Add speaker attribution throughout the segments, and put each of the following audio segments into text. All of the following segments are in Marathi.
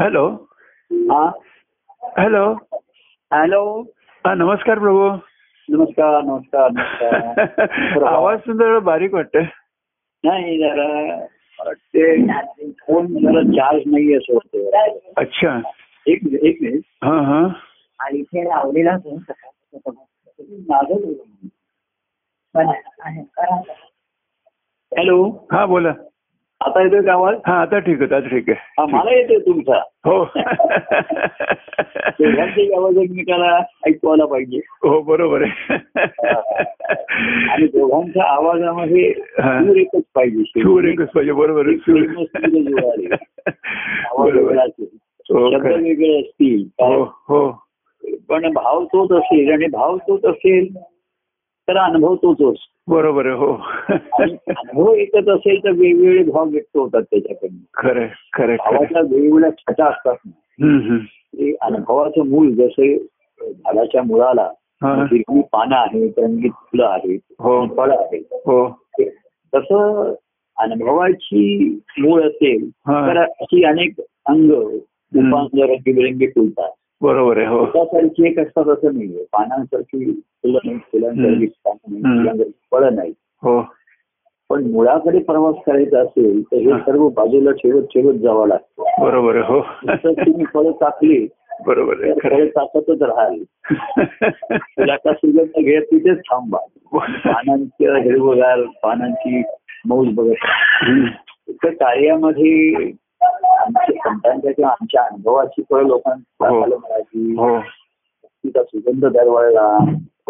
Speaker 1: हॅलो
Speaker 2: हा
Speaker 1: हॅलो
Speaker 2: हॅलो
Speaker 1: हा नमस्कार प्रभू
Speaker 2: नमस्कार नमस्कार नमस्कार
Speaker 1: आवाज सुद्धा जरा बारीक वाटतोय
Speaker 2: नाही जरा ते फोन जरा चार्ज नाही असं वाटतं
Speaker 1: अच्छा
Speaker 2: एक मिनिट एक मिनिट
Speaker 1: हा हा
Speaker 2: आणि इथे लावलेला फोन माझं हॅलो
Speaker 1: हा बोला
Speaker 2: आता येतोय का आवाज
Speaker 1: हा आता ठीक आहे आता ठीक आहे
Speaker 2: हा मला येतोय तुमचा
Speaker 1: हो
Speaker 2: दोघांचे आवाज एकमेकाला ऐकू आला पाहिजे
Speaker 1: हो बरोबर आहे
Speaker 2: आणि दोघांच्या आवाजामध्ये
Speaker 1: हा.
Speaker 2: सूर एकच पाहिजे
Speaker 1: शूर एकच पाहिजे बरोबर आहे, शूर.
Speaker 2: आवाज
Speaker 1: बरोबर
Speaker 2: वेगळा
Speaker 1: आहे.
Speaker 2: असेल
Speaker 1: हो,
Speaker 2: शब्द
Speaker 1: खरं.
Speaker 2: वेगळे असतील
Speaker 1: हो हो
Speaker 2: पण भाव तोच असेल आणि भाव तोच असेल तर अनुभव तोच असतो
Speaker 1: बरोबर आहे हो
Speaker 2: आणि अनुभव एकच असेल तर वेगवेगळे भाव व्यक्त होतात त्याच्याकडनं
Speaker 1: खरं खरं खरं
Speaker 2: भावाच्या वेगवेगळ्या छटा असतात ना
Speaker 1: हम्म, हम्म.
Speaker 2: ते अनुभवाचं मूळ जसे झाडाच्या मुळाला
Speaker 1: हा.
Speaker 2: हिरवी पानं आहेत रंगीत फुलं आहेत
Speaker 1: हो.
Speaker 2: फळं आहेत
Speaker 1: हो
Speaker 2: ते- तसं अनुभवाची मूळ असेल
Speaker 1: हा.
Speaker 2: तर अशी अनेक अंग उपांग रंगीबिरंगी फुलतात
Speaker 1: बरोबर आहे हो
Speaker 2: फुलासारखी एक असतात असं नाहीये पानांसारखी फुलं नाही फुलांसारखी पानं नाही
Speaker 1: हम्म.
Speaker 2: फुलांसारखी फळं नाही
Speaker 1: हो
Speaker 2: पण मुळाकडे प्रवास करायचा असेल तर
Speaker 1: हा.
Speaker 2: हे सर्व बाजूला ठेवत ठेवत जावं लागतं
Speaker 1: बरोबर आहे
Speaker 2: जसं
Speaker 1: हो
Speaker 2: तुम्ही फळं चाकली
Speaker 1: बरोबर आहे
Speaker 2: तर
Speaker 1: खरं
Speaker 2: फळं चाकतच राहाल
Speaker 1: आहे.
Speaker 2: फुलाचा सुगंध घेत तिथेच थांबा पानांचं हिरवगार पानांची मौज बघत राहा.
Speaker 1: हम्म.
Speaker 2: इतकं कार्यामध्ये आमच्या संतांच्या किंवा आमच्या अनुभवाची फळं लोकांना
Speaker 1: हो.
Speaker 2: मला मिळाली
Speaker 1: हो
Speaker 2: तिचा सुगंध दरवळला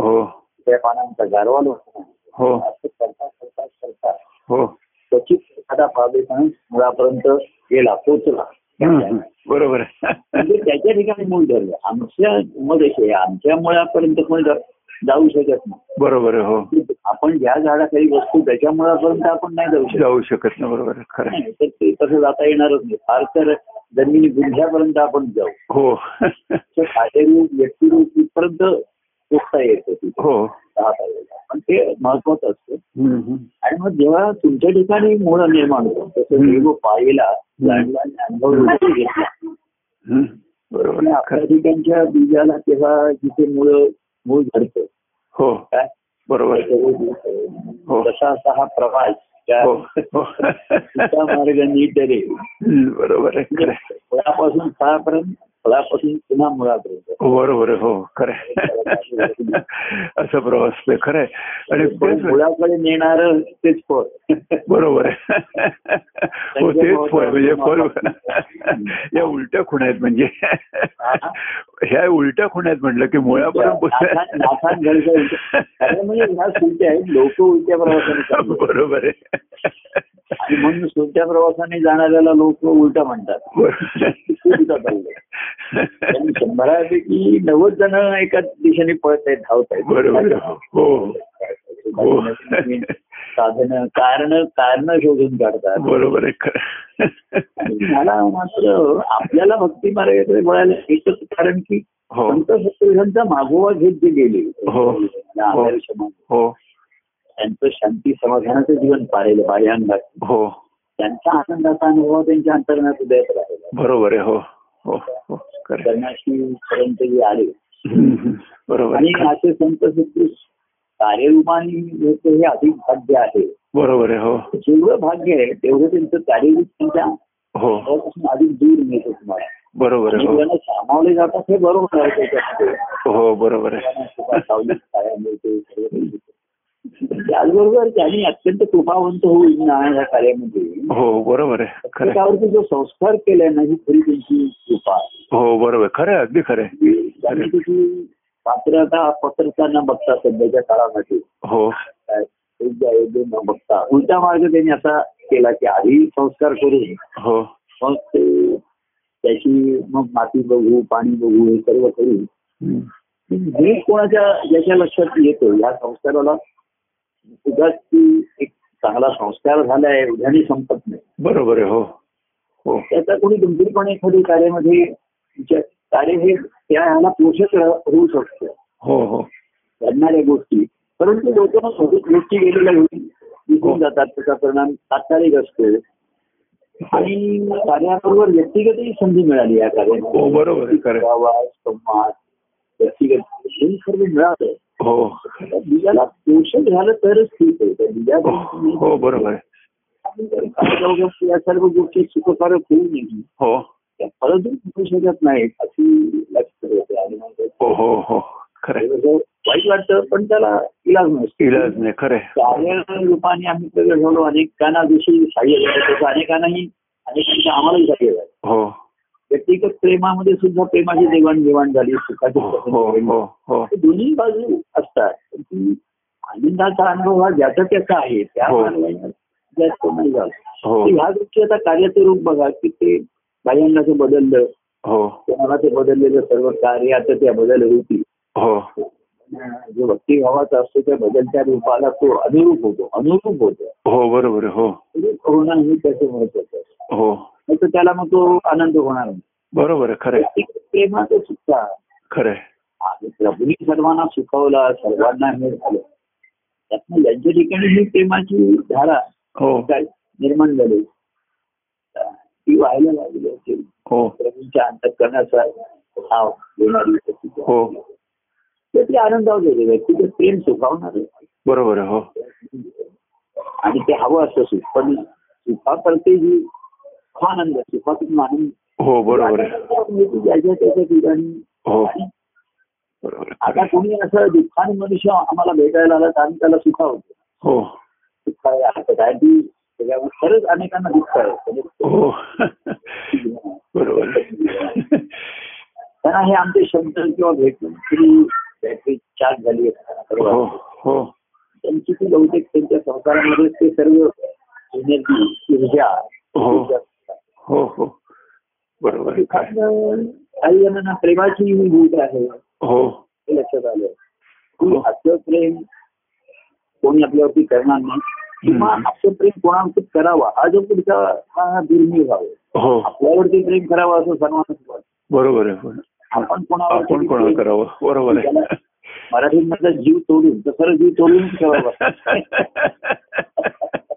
Speaker 1: हो
Speaker 2: त्या पानांचा गारवा लोक
Speaker 1: हो
Speaker 2: असं करता करता करता
Speaker 1: हो
Speaker 2: क्वचित एखादा पावले माणूस मुळापर्यंत गेला पोचला
Speaker 1: हम्म. बरोबर आहे.
Speaker 2: म्हणजे त्याच्या ठिकाणी मूळ धरलं आमच्या मदेश आहे आमच्या मुळापर्यंत कोणी जा- जाऊ शकत नाही म्हणजे
Speaker 1: बरोबर आहे हो
Speaker 2: आपण ज्या झाडाखाली बसतो त्याच्या मुळापर्यंत आपण नाही जाऊ शकत
Speaker 1: जाऊ शकत नाही बरोबर आहे खरं आहे.
Speaker 2: नाही, तर ते तसं जाता येणारच नाही फार तर जमिनी गुंठ्यापर्यंत आपण जाऊ
Speaker 1: हो
Speaker 2: तर कार्यरूप व्यक्तिरूप इथपर्यंत पोचता येतं तिथे
Speaker 1: हो
Speaker 2: पाहता येतं पण ते महत्वाचं असतं
Speaker 1: हम्म, हम्म.
Speaker 2: आणि मग जेव्हा तुमच्या ठिकाणी मूळ निर्माण होतो तसं
Speaker 1: हम्म.
Speaker 2: देव पाहिला जाणला आणि अनुभव हृदयात घेतला
Speaker 1: हम्म. बरोबर
Speaker 2: आणि
Speaker 1: आहे
Speaker 2: आपल्या
Speaker 1: खरं आहे.
Speaker 2: ठिकाणच्या बीजाला तेव्हा जिथे मूळ मूळ घडतं
Speaker 1: हो
Speaker 2: काय
Speaker 1: बरोबर आहे. हो.
Speaker 2: तसा असा हा प्रवास त्या
Speaker 1: हो हो
Speaker 2: तुमचा मार्ग नीट रे म्हणजे
Speaker 1: हम्म, बरोबर आहे खरं आहे.
Speaker 2: फळापासून फळापर्यंत फळापासून पुन्हा मुळापर्यंत
Speaker 1: बरोबर आहे हो खरं आहे. असं प्रवास आहे खरं आहे आणि
Speaker 2: फळ
Speaker 1: तेच
Speaker 2: मुळाकडे नेणार तेच फळ
Speaker 1: बरोबर आहे हो तेच फळ म्हणजे फळ या उलट्या खुणा आहेत म्हणजे ह्या उलट्या खुणा आहेत म्हटलं की मुळापर्यंत
Speaker 2: नाथान- नाथान घरचं उलटं. कारण म्हणजे ह्या सुलट्या आहेत लोक उलट्या प्रवासाने चालले.
Speaker 1: बरोबर आहे
Speaker 2: आणि म्हणून सुलट्या प्रवासाने जाणाऱ्याला लोक उलटा म्हणतात
Speaker 1: बरोबर
Speaker 2: उलटा चाललंय. कारण शंभरापैकी नव्वद जण एका दिशेने पळत आहेत धावत
Speaker 1: बरोबर आहे. हो हो
Speaker 2: आहेत साधन कारण कारण शोधून काढतात
Speaker 1: बरोबर आहे खरं
Speaker 2: मला मात्र आपल्याला भक्ती मार्गाकडे वळायला एकच कारण की
Speaker 1: हो
Speaker 2: संत सत्संगांचा मागोवा घेत जे गेले
Speaker 1: हो.
Speaker 2: आपल्या
Speaker 1: हो.
Speaker 2: आयुष्यामध्ये
Speaker 1: हो
Speaker 2: त्यांचं शांती समाधानाचं जीवन पारेल बाह्यांगात
Speaker 1: हो
Speaker 2: त्यांचा आनंदाचा अनुभव त्यांच्या अंतर्गत उदयात राहिला
Speaker 1: बरोबर आहे हो हो हो खरं आहे.
Speaker 2: त्यांनाशी पर्यंत जे आले
Speaker 1: हम्म, हम्म. बरोबर आहे
Speaker 2: आणि
Speaker 1: खरं आहे.
Speaker 2: असे संत सत्पुरुष कार्यरूपाने होते हे अधिक भाग्य आहे
Speaker 1: बरोबर आहे हो
Speaker 2: जेवढं भाग्य आहे तेवढं त्यांचं कार्यरूप त्यांच्या
Speaker 1: हो
Speaker 2: घरापासून अधिक दूर मिळतं तुम्हाला
Speaker 1: बरोबर आहे
Speaker 2: आणि
Speaker 1: हो
Speaker 2: मुलांना सामावले जातात हे बरोबर आहे त्याच्यामध्ये
Speaker 1: हो बरोबर आहे
Speaker 2: मुलांना सुद्धा सावलीत पाया मिळते, सर्व काही मिळते. त्याचबरोबर त्यांनी अत्यंत कृपावंत होईल ना या कार्यामध्ये
Speaker 1: हो बरोबर आहे खरं आहे.
Speaker 2: प्रत्येकावरती जो संस्कार केलाय ना ही खरी त्यांची कृपा आहे.
Speaker 1: हो बरोबर आहे. खरं आहे अगदी खरं आहे.
Speaker 2: म्हणजे त्यांनी त्याची पात्रता पात्रता न बघता सध्याच्या काळामध्ये
Speaker 1: हो
Speaker 2: काय योग्य अयोग्य न बघता उलटा मार्ग त्यांनी असा केला की आधी संस्कार करून
Speaker 1: हो
Speaker 2: मग ते त्याची मग माती बघू पाणी बघू हे सर्व करू
Speaker 1: हम्म.
Speaker 2: हे कोणाच्या ज्याच्या लक्षात येतो या संस्काराला उगाच की एक चांगला संस्कार झालाय उद्याने संपत नाही
Speaker 1: बरोबर आहे हो हो
Speaker 2: त्याचा कोणी गंभीरपणे एखादी कार्यामध्ये ज्या- कार्य हे त्या ह्याला पोषक रा- होऊ शकतं
Speaker 1: हो हो
Speaker 2: घडणाऱ्या गोष्टी परंतु लोकांना सोबत गोष्टी गेलेल्या होती
Speaker 1: हो.
Speaker 2: दिसून जातात त्याचा परिणाम तात्कालिक असतो आणि कार्याबरोबर व्यक्तिगतही संधी मिळाली या
Speaker 1: हो
Speaker 2: कार्यामध्ये
Speaker 1: बरोबर आहे खरं आहे.
Speaker 2: संवाद, संवाद व्यक्तिगत हे सर्व मिळालं
Speaker 1: हो
Speaker 2: आता बीजाला पोषण झालं तरच ठीक आहे त्या बीजाला
Speaker 1: हो हो, बरोबर आहे
Speaker 2: काही गोष्टी या सर्व गोष्टी सुखकारक होऊ नये
Speaker 1: हो
Speaker 2: त्या फळं देऊ होऊ शकत नाहीत अशी लक्षात होते आणि मग ते
Speaker 1: हो हो हो खरं आहे.
Speaker 2: थोडंसं वाईट वाटतं पण त्याला इलाज नसतो
Speaker 1: इलाज नाही खरं आहे.
Speaker 2: कारण रूपाने आम्ही सगळं झालो अनेकांना जशी सहाय्य झालं तसं अनेकांनाही अनेकांच्या आम्हालाही सहाय्य झालं
Speaker 1: हो
Speaker 2: व्यक्तिगत प्रेमामध्ये सुद्धा प्रेमाची देवाणघेवाण झाली सुखाची
Speaker 1: हो
Speaker 2: प्रसंगी
Speaker 1: हो हो
Speaker 2: हे दोन्ही बाजू असतात पण ती आनंदाचा अनुभव हा ज्याचा त्याचा आहे त्या
Speaker 1: हो.
Speaker 2: मानवाने जास्त नाही झाला
Speaker 1: हो
Speaker 2: ह्या दृष्टी आता कार्याचं रूप बघा की ते भायंना ते बदललं
Speaker 1: हो
Speaker 2: कोणाला ते बदललेलं सर्व कार्य आता त्या बदल होती
Speaker 1: हो
Speaker 2: जो भक्तिभावाचा असतो त्या बदलत्या रूपाला तो अनुरूप होतो अनुरूप होतो
Speaker 1: हो बरोबर आहे. हो
Speaker 2: अनुरूप होणं म्हणजे हे त्याचं महत्वाचं आहे.
Speaker 1: हो
Speaker 2: नाही तर त्याला मग तो आनंद होणार नाही
Speaker 1: बरोबर आहे खरं आहे.
Speaker 2: व्यक्तिगत प्रेमाचं सुद्धा
Speaker 1: खरं आहे.
Speaker 2: आणि प्रभूंनी सर्वांना सुखवला सर्वांना हे झालं त्यातनं ज्यांच्या ठिकाणी ही प्रेमाची धारा
Speaker 1: हो
Speaker 2: काय निर्माण झाली अं, ती व्हायला लागली असेल
Speaker 1: हो
Speaker 2: प्रभूंच्या अंतकरणाचा भाव येणारी होती.
Speaker 1: हो
Speaker 2: तर ती आनंदावर गेली व्यक्तिगत प्रेम सुखावणार
Speaker 1: बरोबर आहे. हो
Speaker 2: आणि ते हवं असतं सुख पण सुखाकरते ही हा आनंद सुखातून आनंद
Speaker 1: हो बरोबर आहे.
Speaker 2: ज्याच्या त्याच्या ठिकाणी
Speaker 1: हो
Speaker 2: आणि
Speaker 1: बरोबर आहे. खरं
Speaker 2: आता
Speaker 1: आहे.
Speaker 2: कोणी असं दुःखाने मनुष्य आम्हाला भेटायला आला तर आम्ही त्याला सुखावतो
Speaker 1: हो
Speaker 2: दुःख आहे आता काय ती त्याच्यामुळे खरंच अनेकांना दुःख आहे म्हणजे
Speaker 1: हो बरोबर आहे.
Speaker 2: त्यांना हे आमचे शब्द किंवा भेटून तरी बॅटरी चार्ज झाली असताना
Speaker 1: हो
Speaker 2: बरोबर
Speaker 1: हो
Speaker 2: त्यांची ती बहुतेक त्यांच्या संसारामध्ये ते सर्व एनर्जी ऊर्जा
Speaker 1: हो. हो हो बरोबर आहे. खरं आहे.
Speaker 2: दुःखातनं काही जणांना प्रेमाची ही भूत आहे
Speaker 1: हो
Speaker 2: हे लक्षात आलं की
Speaker 1: हो
Speaker 2: असं प्रेम कोणी आपल्यावरती करणार नाही किंवा
Speaker 1: हम्म.
Speaker 2: असं प्रेम कोणावरती करावा हा जो पुढचा हा दुर्मिळ व्हावे
Speaker 1: हो
Speaker 2: आपल्यावरती प्रेम करावं असं सर्वांनाच वाटतं
Speaker 1: बरोबर आहे पण
Speaker 2: आपण कोणावर
Speaker 1: आपण कोणाला करावं बरोबर आहे
Speaker 2: मराठीत म्हटलं जीव तोडून तर खरं जीव तोडून ठेवावा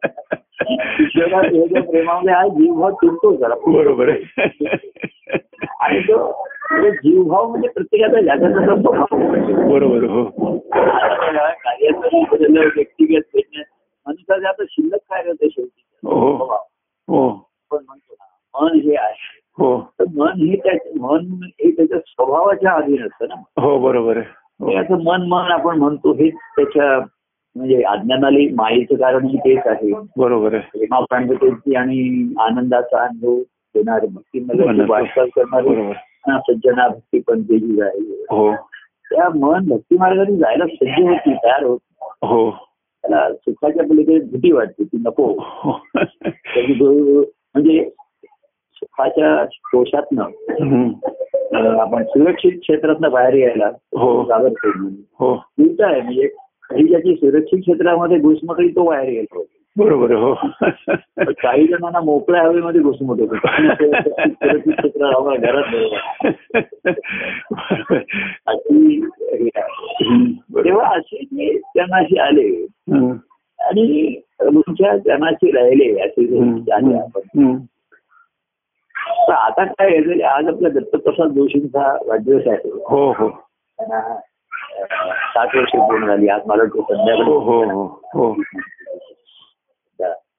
Speaker 2: जगात हे जे प्रेमामध्ये आहे जीवभाव तुटतो जरा
Speaker 1: बरोबर आहे
Speaker 2: आणि तो तो जीवभाव म्हणजे प्रत्येकाचा ज्याचा त्याचा स्वभाव
Speaker 1: बरोबर हो
Speaker 2: कार्याचं बदललं, व्यक्तिगत बदललं. मनुष्याचं आता शिल्लक काय राहतं शेवटी
Speaker 1: हो
Speaker 2: स्वभाव.
Speaker 1: हो
Speaker 2: आपण म्हणतो ना मन हे आहे
Speaker 1: हो
Speaker 2: तर मन हे त्याच्या मन हे त्याच्या स्वभावाच्या अधीन असतं ना
Speaker 1: हो बरोबर आहे
Speaker 2: हे
Speaker 1: हो.
Speaker 2: असं मन मन आपण म्हणतो हेच त्याच्या म्हणजे अज्ञानाली मायेचं कारण हे तेच आहे
Speaker 1: बरोबर आहे
Speaker 2: प्रेमापांडतेची आणि आनंदाचा अनुभव देणारे भक्तीमध्ये
Speaker 1: मनाचं.
Speaker 2: वाटचाल करणारे
Speaker 1: बरोबर
Speaker 2: ना सज्जना भक्ती पण जी आहे
Speaker 1: हो
Speaker 2: त्या मन भक्ती मार्गाने जायला सज्ज होती तयार होत नाही.
Speaker 1: हो
Speaker 2: त्याला सुखाच्या पलीकडे भीती वाटते ती नको
Speaker 1: हो
Speaker 2: त्याची जो- म्हणजे सुखाच्या कोशातनं
Speaker 1: हम्म.
Speaker 2: अं, आपण सुरक्षित क्षेत्रातनं बाहेर यायला
Speaker 1: हो.
Speaker 2: जागर करून
Speaker 1: हो
Speaker 2: उलट आहे म्हणजे काही ज्याची सुरक्षित क्षेत्रामध्ये घुसमटली तो बाहेर गेलो
Speaker 1: बरोबर आहे,
Speaker 2: पण काही जणांना मोकळ्या हवेमध्ये घुसमट होतो सुरक्षित क्षेत्र हवा घरात बरोबर
Speaker 1: हो
Speaker 2: अशी हे आहे.
Speaker 1: हम्म. बरोबर.
Speaker 2: तेव्हा असे जे जनाशी आले
Speaker 1: हम्म.
Speaker 2: आणि तुमच्या जनाशी राहिले असे जे झाले आपण
Speaker 1: हम्म.
Speaker 2: तर आता काय आहे जरी आज आपल्या दत्तप्रसाद जोशींचा वाढदिवस आहे
Speaker 1: हो हो
Speaker 2: त्यांना अं, सात वर्ष पूर्ण झाली आज मला वाटतं संध्याकाळी
Speaker 1: हो हो हो हो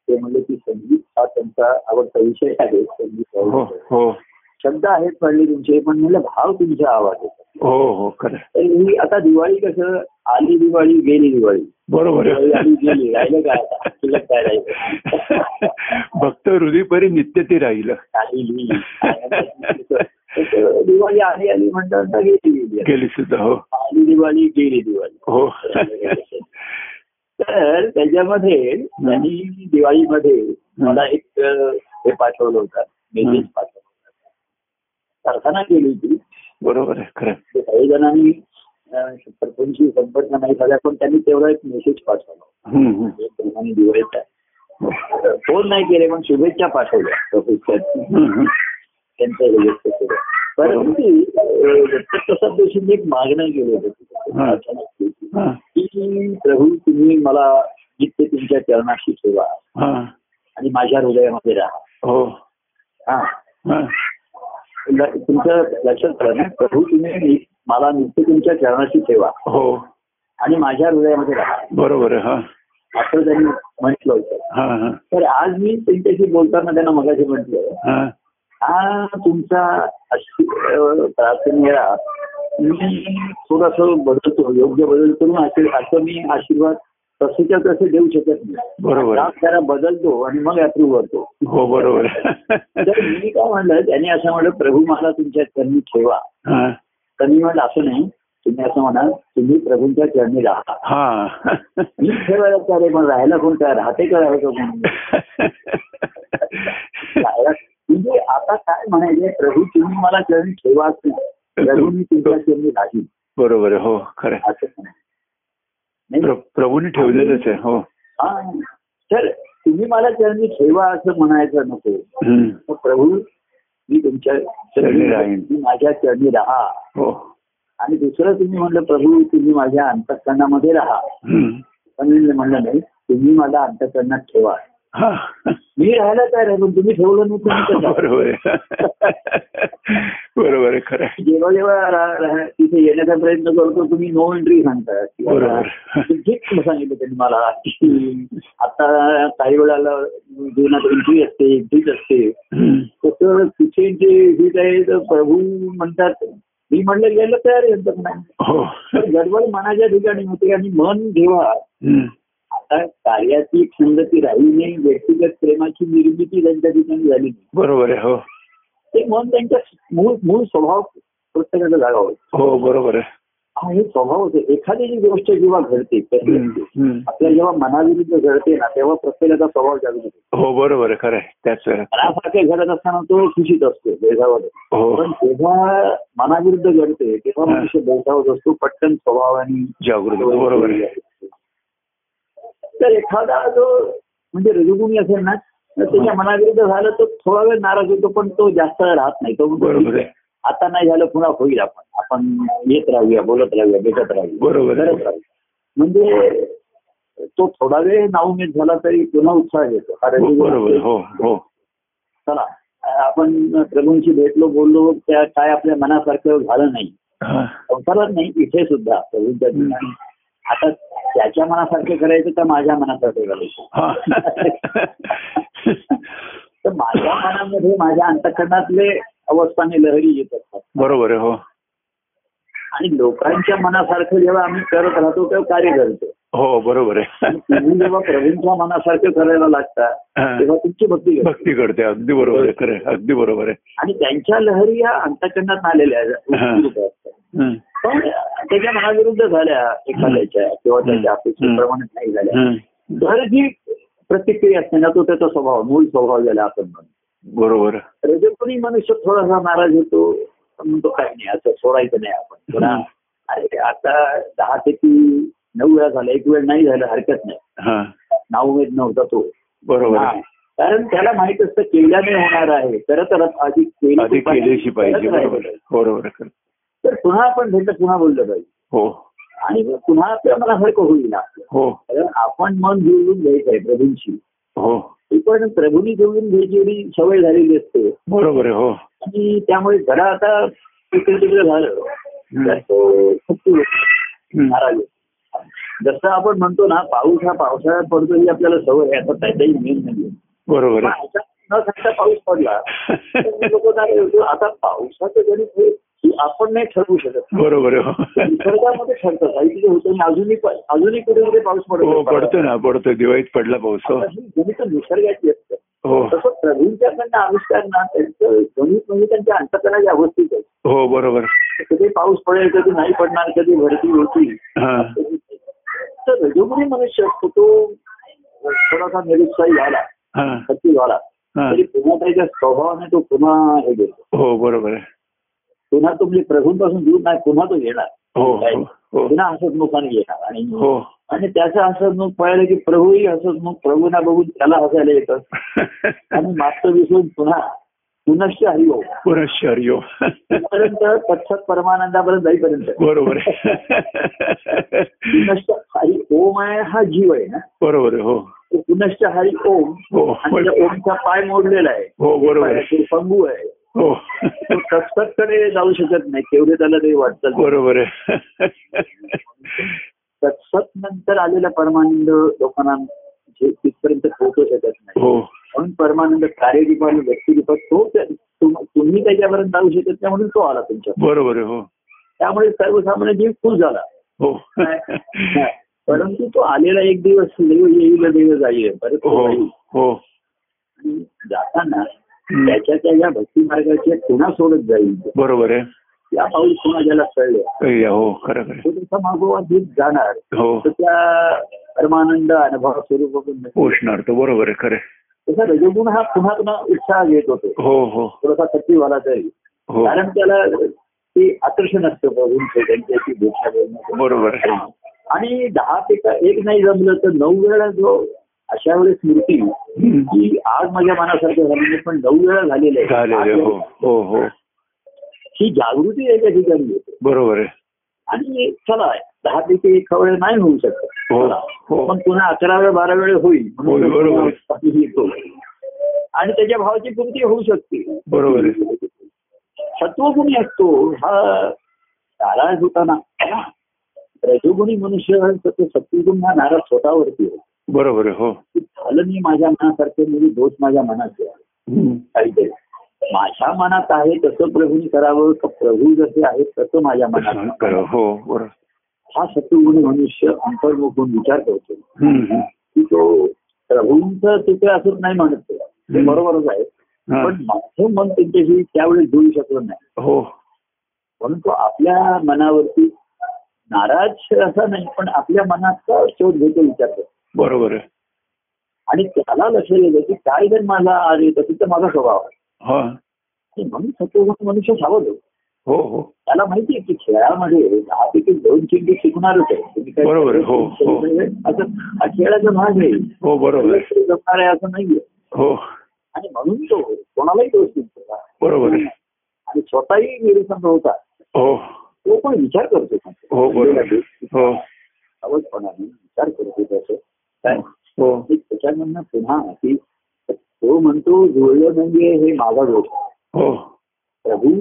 Speaker 2: ते म्हणले की संगीत हा त्यांचा आवडता विषय आहे संगीत
Speaker 1: हो
Speaker 2: आवडतं.
Speaker 1: हो
Speaker 2: शब्द आहेत पडले तुमचे पण म्हणलं भाव तुमच्या आवाजात
Speaker 1: हो हो खरं आहे.
Speaker 2: तर ही आता दिवाळी कसं आली दिवाळी गेली दिवाळी
Speaker 1: बरोबर
Speaker 2: दिवाळी आली गेली राहिलं काय आता तुला काय
Speaker 1: आहे. भक्त हृदयपरी नित्य ते राहिलं
Speaker 2: राहिलं तर दिवाळी आली आली म्हणतात ना गेली गेली
Speaker 1: गेली सुद्धा हो
Speaker 2: आली दिवाळी गेली दिवाळी
Speaker 1: हो
Speaker 2: तर त्याच्यामध्ये त्यांनी दिवाळीमध्ये मला एक अ, हे पाठवलं होतं मेसेज
Speaker 1: हं.
Speaker 2: पाठवलं होता प्रार्थना केली होती
Speaker 1: बरोबर आहे खरं आहे.
Speaker 2: ते काही जणांनी अ, प्रभूंशी संपर्क नाही झाला पण त्यांनी तेवढा एक मेसेज पाठवला
Speaker 1: हम्म, हम्म.
Speaker 2: म्हणजे प्रभूंनी दिवाळीचा फोन नाही केले पण शुभेच्छा पाठवल्या प्रभूच्या
Speaker 1: हम्म, हम्म.
Speaker 2: त्यांचं हे व्यक्त केलं परंतु अ, दत्तप्रसाद जोशींनी एक मागणं केली होती
Speaker 1: हं.
Speaker 2: प्रार्थना केली होती.
Speaker 1: हा,
Speaker 2: की प्रभू तुम्ही मला नित्य तुमच्या चरणाशी ठेवा
Speaker 1: हा.
Speaker 2: आणि माझ्या हृदयामध्ये राहा
Speaker 1: हो
Speaker 2: हा
Speaker 1: हा.
Speaker 2: ल- तुमच्या लक्षात आलं ना? प्रभू तुम्ही मला नित्य तुमच्या चरणाशी ठेवा
Speaker 1: हो
Speaker 2: आणि माझ्या हृदयामध्ये राहा
Speaker 1: बरोबर आहे. हा
Speaker 2: असं त्यांनी म्हटलं होतं
Speaker 1: हा हा
Speaker 2: तर आज मी त्यांच्याशी बोलताना त्यांना मगाशी म्हटलं
Speaker 1: हा
Speaker 2: हा तुमचा अशी अ, प्रार्थनेला मी थोडस बदलतो योग्य बदल करून असे असं मी आशीर्वाद तसेच्या तसे देऊ शकत नाही
Speaker 1: बरोबर
Speaker 2: राग जरा बदलतो आणि मग अप्रूव्ह करतो
Speaker 1: हो बरोबर
Speaker 2: तर मी काय म्हणलं त्याने असं म्हणलं प्रभू मला तुमच्या चरणी ठेवा
Speaker 1: हा
Speaker 2: तर मी म्हणलं असं नाही तुम्ही असं म्हणा तुम्ही प्रभूंच्या चरणी राहा
Speaker 1: हा
Speaker 2: मी ठेवायला का रे पण राहायला कोण काय राहते का राहायचं कोण राहायला- म्हणजे आता काय म्हणायचं प्रभू तुम्ही मला चरणी ठेवाच नाही प्रभू मी तुमच्या चरणी राहील
Speaker 1: बरोबर आहे. हो खरं आहे.
Speaker 2: असं म्हणायचं. नाही?
Speaker 1: प्र- प्रभूने ठेवलेलंच आहे हो
Speaker 2: हा. तर तुम्ही मला चरणी ठेवा असं म्हणायचं नको
Speaker 1: हम्म.
Speaker 2: तर प्रभू मी तुमच्या
Speaker 1: चरणी
Speaker 2: चरणी
Speaker 1: राहीन.
Speaker 2: तुम्ही माझ्या चरणी राहा
Speaker 1: हो
Speaker 2: आणि दुसरं तुम्ही म्हणलं प्रभू तुम्ही माझ्या अंतःकरणामध्ये राहा
Speaker 1: हम्म.
Speaker 2: पण मी म्हणलं नाही तुम्ही मला अंतःकरणात ठेवा
Speaker 1: हा
Speaker 2: मी राहायला तयार आहे पण तुम्ही ठेवलं नाही तुम्ही कसं?
Speaker 1: बरोबर आहे बरोबर आहे खरं आहे.
Speaker 2: जेव्हा जेव्हा रा- रा- तिथे येण्याचा प्रयत्न करतो तुम्ही नो एंट्री सांगता किंवा
Speaker 1: बरोबर.
Speaker 2: ठीक सांगितलं त्यांनी मला की आता काही वेळाला जीवनात एंट्री असते एक्झिट असते
Speaker 1: हम्म.
Speaker 2: तसं तिथे जे हिट आहे तर प्रभू म्हणतात मी म्हणलं गेलं तयार येतात नाही
Speaker 1: हो
Speaker 2: तर गडबड मनाच्या ठिकाणी होते आणि मन घेवा
Speaker 1: हम्म.
Speaker 2: आता कार्याची संगती राहिली नाही व्यक्तिगत प्रेमाची निर्मिती त्यांच्या ठिकाणी झाली नाही
Speaker 1: बरोबर आहे हो
Speaker 2: ते मन त्यांच्या मूळ मूळ स्वभाव प्रत्येकाचा जागा होता
Speaker 1: हो बरोबर आहे
Speaker 2: हा हे स्वभाव होते एखादी जी गोष्ट जेव्हा घडते
Speaker 1: हम्म. हम्म.
Speaker 2: आपल्या जेव्हा मनाविरुद्ध घडते ना तेव्हा प्रत्येकाचा स्वभाव जागृत होतो
Speaker 1: हो बरोबर आहे खरं आहे त्याच वेळात
Speaker 2: मनासारखे घडत असताना तो खुशीत असतो देशावर
Speaker 1: हो
Speaker 2: पण जेव्हा मनाविरुद्ध घडते तेव्हा
Speaker 1: हा.
Speaker 2: मनुष्य बेसावत असतो पटकन स्वभाव आणि
Speaker 1: जागृत होतो, बरोबर आहे
Speaker 2: तर एखादा जो म्हणजे रजोगुणी असेल ना तर त्याच्या मनाविरुद्ध झालं तर थोडा वेळ नाराज होतो पण तो जास्त राहत नाही तो म्हणतो,
Speaker 1: बरोबर
Speaker 2: "ठीक आहे,
Speaker 1: आहे
Speaker 2: आता नाही झालं पुन्हा होईल आपण आपण येत राहूया बोलत राहूया भेटत राहूया
Speaker 1: बरोबर आहे.
Speaker 2: करत राहूया." म्हणजे तो थोडा वेळ नाउमेद झाला तरी पुन्हा उत्साह घेतो हा
Speaker 1: हो,
Speaker 2: रजोगुण
Speaker 1: बरोबर आहे.
Speaker 2: असतो.
Speaker 1: हो हो
Speaker 2: चला आपण प्रभूंशी भेटलो बोललो त्या काय आपल्या मनासारखं झालं नाही
Speaker 1: हा.
Speaker 2: संसारात नाही इथे सुद्धा प्रभूंच्या ठिकाणी आता त्याच्या मनासारखं करायचं का माझ्या मनासारखं करायचं
Speaker 1: हा.
Speaker 2: तर माझ्या मनामध्ये माझ्या अंतकरणातले अवस्थाने लहरी येत असतात
Speaker 1: बरोबर आहे हो
Speaker 2: आणि लोकांच्या मनासारखं जेव्हा आम्ही करत राहतो तेव्हा कार्य करतो
Speaker 1: हो बरोबर
Speaker 2: आणि
Speaker 1: आहे
Speaker 2: तुम्ही जेव्हा प्रभूंच्या मनासारखं करायला लागता
Speaker 1: हा.
Speaker 2: तेव्हा तुमची भक्ती घडते.
Speaker 1: भक्ती करते अगदी बरोबर आहे खरं आहे. अगदी बरोबर आहे
Speaker 2: आणि त्यांच्या लहरी या अंतकरणात आलेल्या
Speaker 1: हा.
Speaker 2: असतात
Speaker 1: हम्म.
Speaker 2: पण त्याच्या मनाविरुद्ध झाल्या एखाद्याच्या किंवा त्याच्या अपेक्षेप्रमाणे नाही झाल्या
Speaker 1: हम्म.
Speaker 2: तर जी प्रतिक्रिया असते ना तो त्याचा स्वभाव मूळ स्वभाव झाला आपण म्हणतो
Speaker 1: बरोबर आहे.
Speaker 2: रजपुरी मनुष्य थोडासा नाराज होतो पण म्हणतो काय नाही असं सोडायचं नाही आपण पुन्हा अरे आता दहा पैकी नऊ वेळा झाला एक वेळ नाही झालं हरकत नाही
Speaker 1: हा
Speaker 2: नाउमेद नव्हता तो
Speaker 1: बरोबर
Speaker 2: हा.
Speaker 1: आहे
Speaker 2: कारण त्याला माहित असतं केल्याने होणार आहे करत राहत आधी केली
Speaker 1: आधी
Speaker 2: पाहिजे.
Speaker 1: केलीशी पाहिजे
Speaker 2: करत राहिलं
Speaker 1: बरोबर आहे. हो, बरोबर आहे खरं.
Speaker 2: तर पुन्हा आपण भेटलं पुन्हा बोललं पाहिजे
Speaker 1: हो
Speaker 2: आणि मग पुन्हा आपल्या मनासारखं होईल आपलं
Speaker 1: हो
Speaker 2: कारण आपण मन जुळवून घ्यायचं आहे प्रभूंशी
Speaker 1: हो
Speaker 2: ती पण प्रभूंनी जुळवून घ्यायची एवढी सवय झालेली असते
Speaker 1: बरोबर आहे हो
Speaker 2: आणि त्यामुळे जरा आता इकडे तिकडे झालं तर तो खूप
Speaker 1: हम्म.
Speaker 2: नाराज होतो. जसं आपण म्हणतो ना पाऊस हा पावसाळ्यात पडतो ही आपल्याला सवय आहे आता त्याचाही नियम नाही
Speaker 1: बरोबर
Speaker 2: म्हणजे. पण
Speaker 1: आहे
Speaker 2: असा न सांगता पाऊस पडला तर मग लोकं नाराज होतो. आता पावसाचं गणित हे हे आपण नाही ठरवू शकत
Speaker 1: बरोबर आहे हो.
Speaker 2: निसर्गामध्ये ठरतं साहित्य होतं आणि अजूनही प- अजूनही कुठे पाऊस
Speaker 1: हो
Speaker 2: पडतो
Speaker 1: पडतो ना पडतो दिवाळीत पडला पाऊस हो
Speaker 2: आता ही गणित निसर्गाची असतं
Speaker 1: हो
Speaker 2: तसं प्रभूंच्याकडनं आविष्कार ना त्यांचं गणित म्हणजे त्यांच्या अंतकरणाच्या अवस्थेत आहे
Speaker 1: हो बरोबर
Speaker 2: कधी पाऊस पडेल कधी नाही पडणार कधी भरती होती
Speaker 1: हा
Speaker 2: तर रजोगुणी मनुष्य असतो तो थोडासा निरुत्साही झाला
Speaker 1: हा
Speaker 2: खच्ची झाला
Speaker 1: हा
Speaker 2: तरी पुन्हा त्याच्या स्वभावाने तो पुन्हा हे घेतो
Speaker 1: हो बरोबर आहे
Speaker 2: पुन्हा तो म्हणजे प्रभूंपासून दूर नाही पुन्हा तो घेणार
Speaker 1: हो
Speaker 2: काय?
Speaker 1: हो हो
Speaker 2: पुन्हा हसतमुखाने घेणार आणि
Speaker 1: हो
Speaker 2: आणि त्याचं हसतमुख पाहिलं की प्रभूही हसतमुख प्रभूना बघून त्याला हसायला येतं आणि मागचं विसरून पुन्हा पुनश्च हरिओ
Speaker 1: पुनश्च हरिओ
Speaker 2: पर्यंत पश्चात परमानंदापर्यंत जाईपर्यंत
Speaker 1: बरोबर आहे.
Speaker 2: पुनश्च हरि ओम आहे हा जीव आहे ना
Speaker 1: बरोबर आहे, हो
Speaker 2: तो पुनश्च हरि ओम
Speaker 1: हो
Speaker 2: आणि त्या ओमचा पाय मोडलेला आहे
Speaker 1: हो बरोबर आहे.
Speaker 2: तो पंगू आहे
Speaker 1: हो
Speaker 2: तो तत्सतकडे जाऊ शकत नाही तेवढे त्याला ते वाटतात
Speaker 1: बरोबर आहे
Speaker 2: तत्सत नंतर आलेला परमानंद लोकांना जे तिथपर्यंत पोहोचू शकत नाही
Speaker 1: हो
Speaker 2: म्हणून परमानंद कार्यरूपात आणि व्यक्तिरूपात तो त्या- तुम- तुम्ही त्याच्यापर्यंत जाऊ शकत नाही म्हणून तो आला तुमच्या
Speaker 1: बरोबर आहे, हो
Speaker 2: त्यामुळे सर्वसामान्य जीव खुश झाला
Speaker 1: हो
Speaker 2: हा. परंतु तो आलेला एक दिवस देव येईल देव जाईल परत तो
Speaker 1: हो
Speaker 2: जाईल.
Speaker 1: हो
Speaker 2: आणि जाताना त्याच्या त्या या भक्ती मार्गाचे पुन्हा सोडत जाईल
Speaker 1: बरोबर आहे
Speaker 2: या पाऊल पुन्हा ज्याला कळलं
Speaker 1: या, हो खरं खरं
Speaker 2: तो त्याचा मागोवा घेत जाणार
Speaker 1: हो
Speaker 2: तर त्या परमानंद अनुभव स्वरूप
Speaker 1: पोषणार तो बरोबर आहे खरं आहे.
Speaker 2: त्याचा रजगुण हा पुन्हा पुन्हा उत्साह घेत होतो
Speaker 1: हो हो
Speaker 2: थोडासा कच्ची झाला तरी
Speaker 1: हो
Speaker 2: कारण त्याला ते आकर्षण असतं प्रभूंचं त्यांच्याशी भेटणं बोलणं.
Speaker 1: बरोबर आहे
Speaker 2: आणि दहा पेक्षा एक नाही जमलं तर नऊ वेळा जो अशा वेळेस स्मृती
Speaker 1: हम्म.
Speaker 2: की आज माझ्या मनासारखं झालं नाही, पण नऊ वेळा झालेलं आहे
Speaker 1: झालेलं आहे, हो हो हो
Speaker 2: ही जागृती एका ठिकाणी येते
Speaker 1: बरोबर आहे
Speaker 2: आणि चला दहा पैकी एक वेळ नाही होऊ शकत
Speaker 1: हो,
Speaker 2: चला.
Speaker 1: हो.
Speaker 2: पण पुन्हा अकरा वेळ बारा वेळ होईल म्हणून
Speaker 1: होईल, बरोबर.
Speaker 2: पुन्हा पाठीशी येतो आणि त्याच्या भावाची पूर्ती होऊ शकते
Speaker 1: बरोबर आहे
Speaker 2: सत्वगुणी असतो हा नाराज होताना रजोगुणी मनुष्य तो सत्वगुण हा नाराज स्वतःवरती आहे.
Speaker 1: बरोबर आहे हो
Speaker 2: की झालं मी माझ्या मनासारखे म्हणजे दोष माझ्या मनाचे आहे
Speaker 1: हम्म.
Speaker 2: काहीतरी माझ्या मनात आहे तसं प्रभूंनी करावं का प्रभू जसे आहेत तसं माझ्या मनात आहे.
Speaker 1: खरं, हो बरोबर
Speaker 2: हा सत्वगुणी मनुष्य अंतर्मुख होऊन विचार करतो
Speaker 1: हम्म, हम्म.
Speaker 2: की तो प्रभूंचं तिथे असं नाही म्हणत ते. ते
Speaker 1: हम्म.
Speaker 2: बरोबरच आहे
Speaker 1: हा.
Speaker 2: पण माझं मन त्यांच्याशी त्यावेळेस जुळू शकलं नाही
Speaker 1: हो
Speaker 2: म्हणून तो आपल्या मनावरती नाराज असा नाही पण आपल्या मनाचा शोध घेतो विचारतो
Speaker 1: बरोबर आहे
Speaker 2: आणि त्याला लक्ष गेलं की काय जर माझा आर येत असेल तर माझा स्वभाव आहे
Speaker 1: हा
Speaker 2: आणि म्हणून सत्वगुण मनुष्य सावध होतो
Speaker 1: हो हो
Speaker 2: त्याला माहितीये की खेळामध्ये दहापैकी दोन चिंटी शिकणारच आहे तुम्ही काय-
Speaker 1: बरोबर आहे. हो, हो.
Speaker 2: असं हा खेळाचा भाग आहे
Speaker 1: हो बरोबर आहे
Speaker 2: सर्वत्र जमणार आहे असं नाहीये
Speaker 1: हो
Speaker 2: आणि म्हणून तो कोणालाही दोष देतो
Speaker 1: बरोबर आहे
Speaker 2: आणि स्वतःही निरसन होता
Speaker 1: हो
Speaker 2: तो पण विचार करतो
Speaker 1: हो बरोबर आहे. हो
Speaker 2: सावधपणाने विचार करतो त्याचं काय
Speaker 1: हो
Speaker 2: आणि त्याच्यामधनं पुन्हा की तो म्हणतो जुळलं नाहीये हे माझा दोष आहे.
Speaker 1: हो
Speaker 2: प्रभू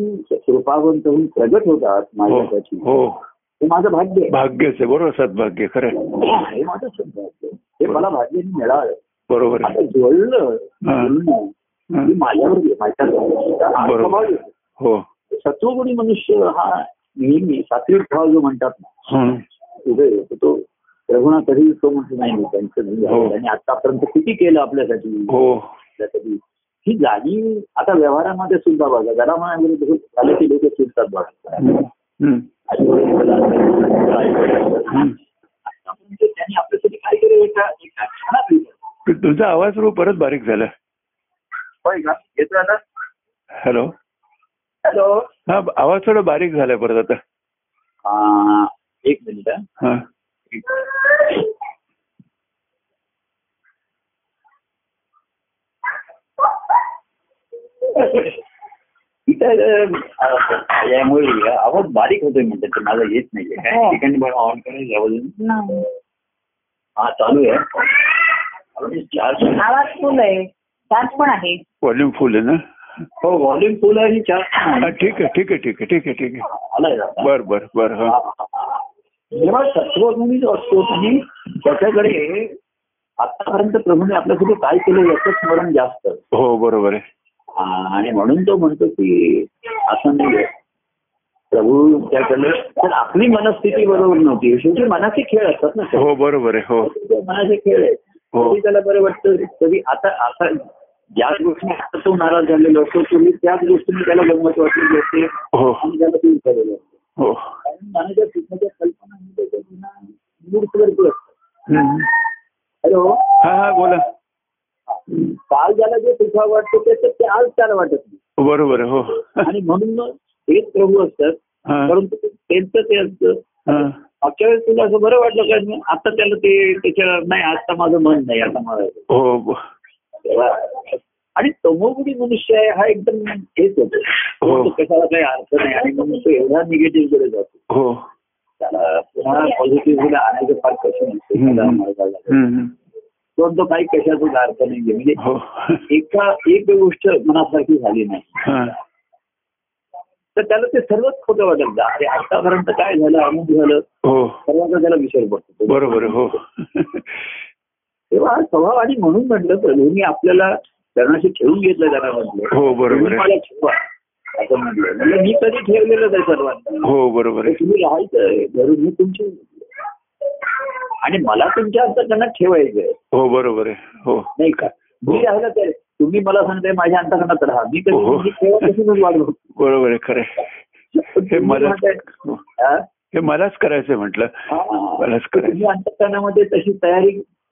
Speaker 2: कृपावंत होऊन प्रगट होतात
Speaker 1: हो
Speaker 2: माझ्यासाठी
Speaker 1: हो
Speaker 2: हे माझं भाग्य आहे.
Speaker 1: भाग्यच आहे बरोबर सद्भाग्य खरं आहे.
Speaker 2: हे माझं शब्द आहे. हे मला भाग्याने मिळालं
Speaker 1: बरोबर आहे
Speaker 2: आता जुळलं
Speaker 1: हा.
Speaker 2: जुळणं
Speaker 1: हा.
Speaker 2: हे माझ्यावर आहे, माझ्या हा
Speaker 1: बरोबर.
Speaker 2: स्वभाव आहे.
Speaker 1: हो
Speaker 2: सत्वगुणी मनुष्य हा नेहमी सात्विक भाव जो म्हणतात ना
Speaker 1: हम्म.
Speaker 2: उभे होतो तो रघुना कधी तो म्हणतो नाही नाही, त्यांचं नाही
Speaker 1: हो.
Speaker 2: झालं. आणि आतापर्यंत किती केलं आपल्यासाठी
Speaker 1: हो
Speaker 2: आपल्यासाठी ही जाणीव आता व्यवहारामध्ये सुद्धा बघा जरा मनामध्ये दुसरं झालं की लोक चिडतात बघा
Speaker 1: हम्म. हम्म. हम्म.
Speaker 2: आतापर्यंत त्यांनी आपल्यासाठी काय केलं एका एका क्षणात विचार.
Speaker 1: तु- तुझा आवाज रो परत बारीक झाला
Speaker 2: होय का येतोय आता
Speaker 1: हॅलो
Speaker 2: हॅलो
Speaker 1: हा आवाज थोडा बारीक झाला परत आता
Speaker 2: हा, एक मिनिट हा.
Speaker 1: हा
Speaker 2: इथं अं, यामुळे आवाज बारीक होतोय म्हणतात ते माझा येत नाहीये काही ठिकाणी बरं ऑन करायला जावं
Speaker 3: नाही
Speaker 2: हा चालू आहे आपण चार्ज
Speaker 3: आवाज फुल आहे चार्ज पण आहे
Speaker 1: वॉल्यूम फुल आहे ना
Speaker 2: हो व्हॉल्यूम फुल आहे चार्ज
Speaker 1: हा ठीक आहे ठीक आहे ठीक आहे ठीक आहे ठीक आहे
Speaker 2: आलाय आता.
Speaker 1: बर बर बर हा
Speaker 2: जेव्हा सत्वगुणी जो असतो तुम्ही त्याच्याकडे आतापर्यंत प्रभूने आपल्यासाठी काय केलं याचं स्मरण जास्त
Speaker 1: हो बरोबर आहे
Speaker 2: आणि म्हणून तो म्हणतो की असं नाही प्रभू त्याकडे पण आपली मनस्थिती बरोबर नव्हती शेवटी मनाचे खेळ असतात ना
Speaker 1: हो बरोबर आहे हो
Speaker 2: ते मनाचे खेळ आहे
Speaker 1: हो.
Speaker 2: कधी त्याला बरं वाटतं कधी आता आता ज्या गोष्टी आता तो नाराज झालेला असतो तुम्ही त्याच गोष्टीने त्याला गंमत वाटली असते
Speaker 1: हो
Speaker 2: आणि त्याला ते विचारलेलं असतं
Speaker 1: हो
Speaker 2: कारण मनाच्या सुखाच्या कल्पना म्हणजे ते पुन्हा मूर्तवर असतं
Speaker 1: हम्म.
Speaker 2: हॅलो
Speaker 1: हा हा बोला
Speaker 2: काल ज्याला जे सुखा वाटतो त्याचं ते आज त्याला वाटत नाही
Speaker 1: बरोबर आहे हो
Speaker 2: आणि म्हणून मग तेच प्रभू असतात
Speaker 1: हा
Speaker 2: परंतु त्यांचं ते असतं
Speaker 1: हा
Speaker 2: मागच्या वेळेस तुला असं बरं वाटलं का मग आता त्याला ते त्याच्या नाही आता माझं मन नाही आता मला
Speaker 1: हो ब-
Speaker 2: तेव्हा आणि तमोगुणी मनुष्य आहे हा एकदम हेच होतो
Speaker 1: हो.
Speaker 2: तो कशाला काही अर्थ नाही आणि म्हणून तो एवढा निगेटिव्ह कडे जातो
Speaker 1: हो
Speaker 2: त्याला पुन्हा पॉझिटिव्ह कडे आणायचं फार कठीण असतं
Speaker 1: हम्म.
Speaker 2: साधारण माणसाला.
Speaker 1: हम्म.
Speaker 2: पण तो काही कशाचाच अर्थ नाही म्हणजे
Speaker 1: हो
Speaker 2: एका एक गोष्ट मनासारखी झाली नाही
Speaker 1: हा.
Speaker 2: तर त्याला ते सर्वच खोटं वाटत जा अरे आतापर्यंत काय झालं अमुक झालं
Speaker 1: हो
Speaker 2: सर्वांचा त्याला विसर पडतो
Speaker 1: बरोबर आहे, हो
Speaker 2: तेव्हा हा स्वभाव आणि म्हणून म्हटलं प्रभूंनी आपल्याला चरणाशी ठेवून घेतलं त्याला म्हटलं
Speaker 1: हो बरोबर
Speaker 2: तुम्ही
Speaker 1: आहे
Speaker 2: मला ठेवा असं म्हटलं म्हणजे मी कधी ठेवलेलं आहे सर्वांना
Speaker 1: हो बरोबर
Speaker 2: तर
Speaker 1: आहे
Speaker 2: तुम्ही राहायचंय घरून मी तुमची आणि मला तुमच्या हातात त्यांना ठेवायचंय
Speaker 1: हो बरोबर आहे हो
Speaker 2: नाही का मी राहिलं तर तुम्ही मला सांगताय माझ्या अंतकरणात राहा मी कधी
Speaker 1: हो.
Speaker 2: तुमची ठेवा तशीच वाढवतो
Speaker 1: बरोबर आहे खरं आहे. हे मलाच हो. हे मलाच करायचंय म्हटलं मलाच करायचं
Speaker 2: तुम्ही अंतकरणामध्ये तशी तयारी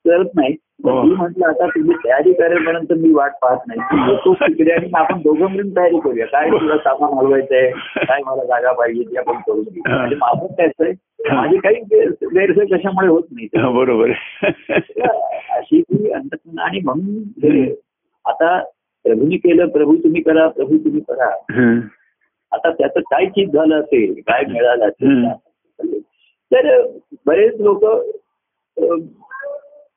Speaker 2: करत नाही तर
Speaker 1: हो.
Speaker 2: मी म्हटलं आता तुम्ही तयारी करेपर्यंत मी वाट पाहत नाही मी येतो तिकडे आणि मग आपण दोघं मिळून तयारी करूया काय
Speaker 1: हो.
Speaker 2: तुला सामान हलवायचंय काय मला जागा पाहिजे ती आपण करू
Speaker 1: हा.
Speaker 2: म्हणजे माझं त्याचं आहे माझी काही गैर- गैरसोय कशामुळे होत नाही
Speaker 1: हा, बरोबर आहे
Speaker 2: अशी ती अंतकरण आणि म्हणून हे आता प्रभूनी केलं प्रभू तुम्ही करा प्रभू तुम्ही करा
Speaker 1: हम्म.
Speaker 2: आता त्याचं काय चीज झालं असेल काय मिळालं
Speaker 1: हम्म.
Speaker 2: असेल तर बरेच लोक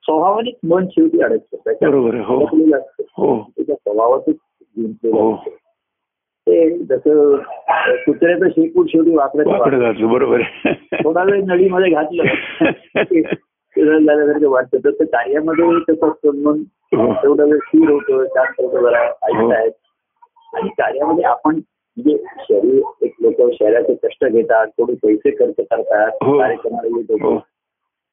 Speaker 2: स्वभावानेच मन शेवटी अडकतं त्याच्यात
Speaker 1: बरोबर आहे, हो.
Speaker 2: अडकलेलं असतं.
Speaker 1: हो
Speaker 2: त्याच्या स्वभावातच गुंतलेलं
Speaker 1: हो
Speaker 2: असतं. ते जसं कुत्र्याचं शेपूट शेवटी
Speaker 1: वाकडं
Speaker 2: वापरायचं
Speaker 1: घातलं बरोबर आहे
Speaker 2: थोडा वेळ नळीमध्ये घातलं ते सरळ झाल्यासारखं वाटतं तसं कार्यामध्ये तसं असतं म्हणून
Speaker 1: हो.
Speaker 2: तेवढा वेळ स्थिर होतो शांत होतो जरा ऐकतायत आणि कार्यामध्ये आपण म्हणजे शरीर एक लोक शरीराचे कष्ट घेतात थोडे पैसे खर्च करतात
Speaker 1: हो.
Speaker 2: कार्यक्रमाला येत
Speaker 1: हो
Speaker 2: होते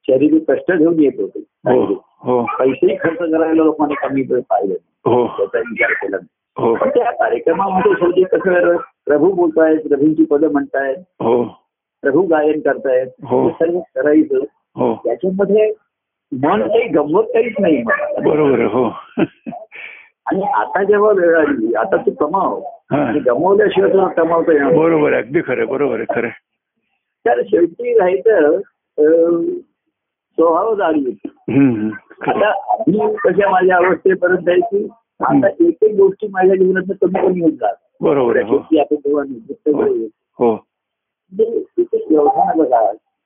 Speaker 2: शरीर कष्ट घेऊन येत होते
Speaker 1: हो हो
Speaker 2: पैसेही खर्च करायला लोकांनी कमी वेळ पाहिलं
Speaker 1: हो
Speaker 2: त्याचा विचार केला नाही.
Speaker 1: हो
Speaker 2: पण त्या कार्यक्रमामध्ये शेवटी कसं प्रभू बोलतायत प्रभूंची पदं म्हणतायत
Speaker 1: हो
Speaker 2: प्रभू गायन करतायत
Speaker 1: हो.
Speaker 2: हे सर्व करायचं
Speaker 1: हो
Speaker 2: त्याच्यामध्ये मन काही गमवत काहीच नाही मनाला.
Speaker 1: बरोबर आहे, हो
Speaker 2: आणि आता जेव्हा वेळ आली आता तू कमाव
Speaker 1: हा.
Speaker 2: आणि गमावल्याशिवाय तुला कमावता येणार नाही.
Speaker 1: बरोबर आहे अगदी खरं आहे, बरोबर आहे खरं आहे.
Speaker 2: तर शेवटी राहायचं अं, स्वभाव जाणवी
Speaker 1: हम्म, हम्म. खरं
Speaker 2: आता
Speaker 1: आहे.
Speaker 2: आधी कशा माझ्या अवस्थेपर्यंत आहे की आता एक एक गोष्टी माझ्या जीवनात कमी कमी होत जात
Speaker 1: बरोबर आहे हो
Speaker 2: शेवटी आपण जेव्हा निवृत्त
Speaker 1: हो.
Speaker 2: होऊ,
Speaker 1: हो
Speaker 2: म्हणजे किती व्यवधान बघा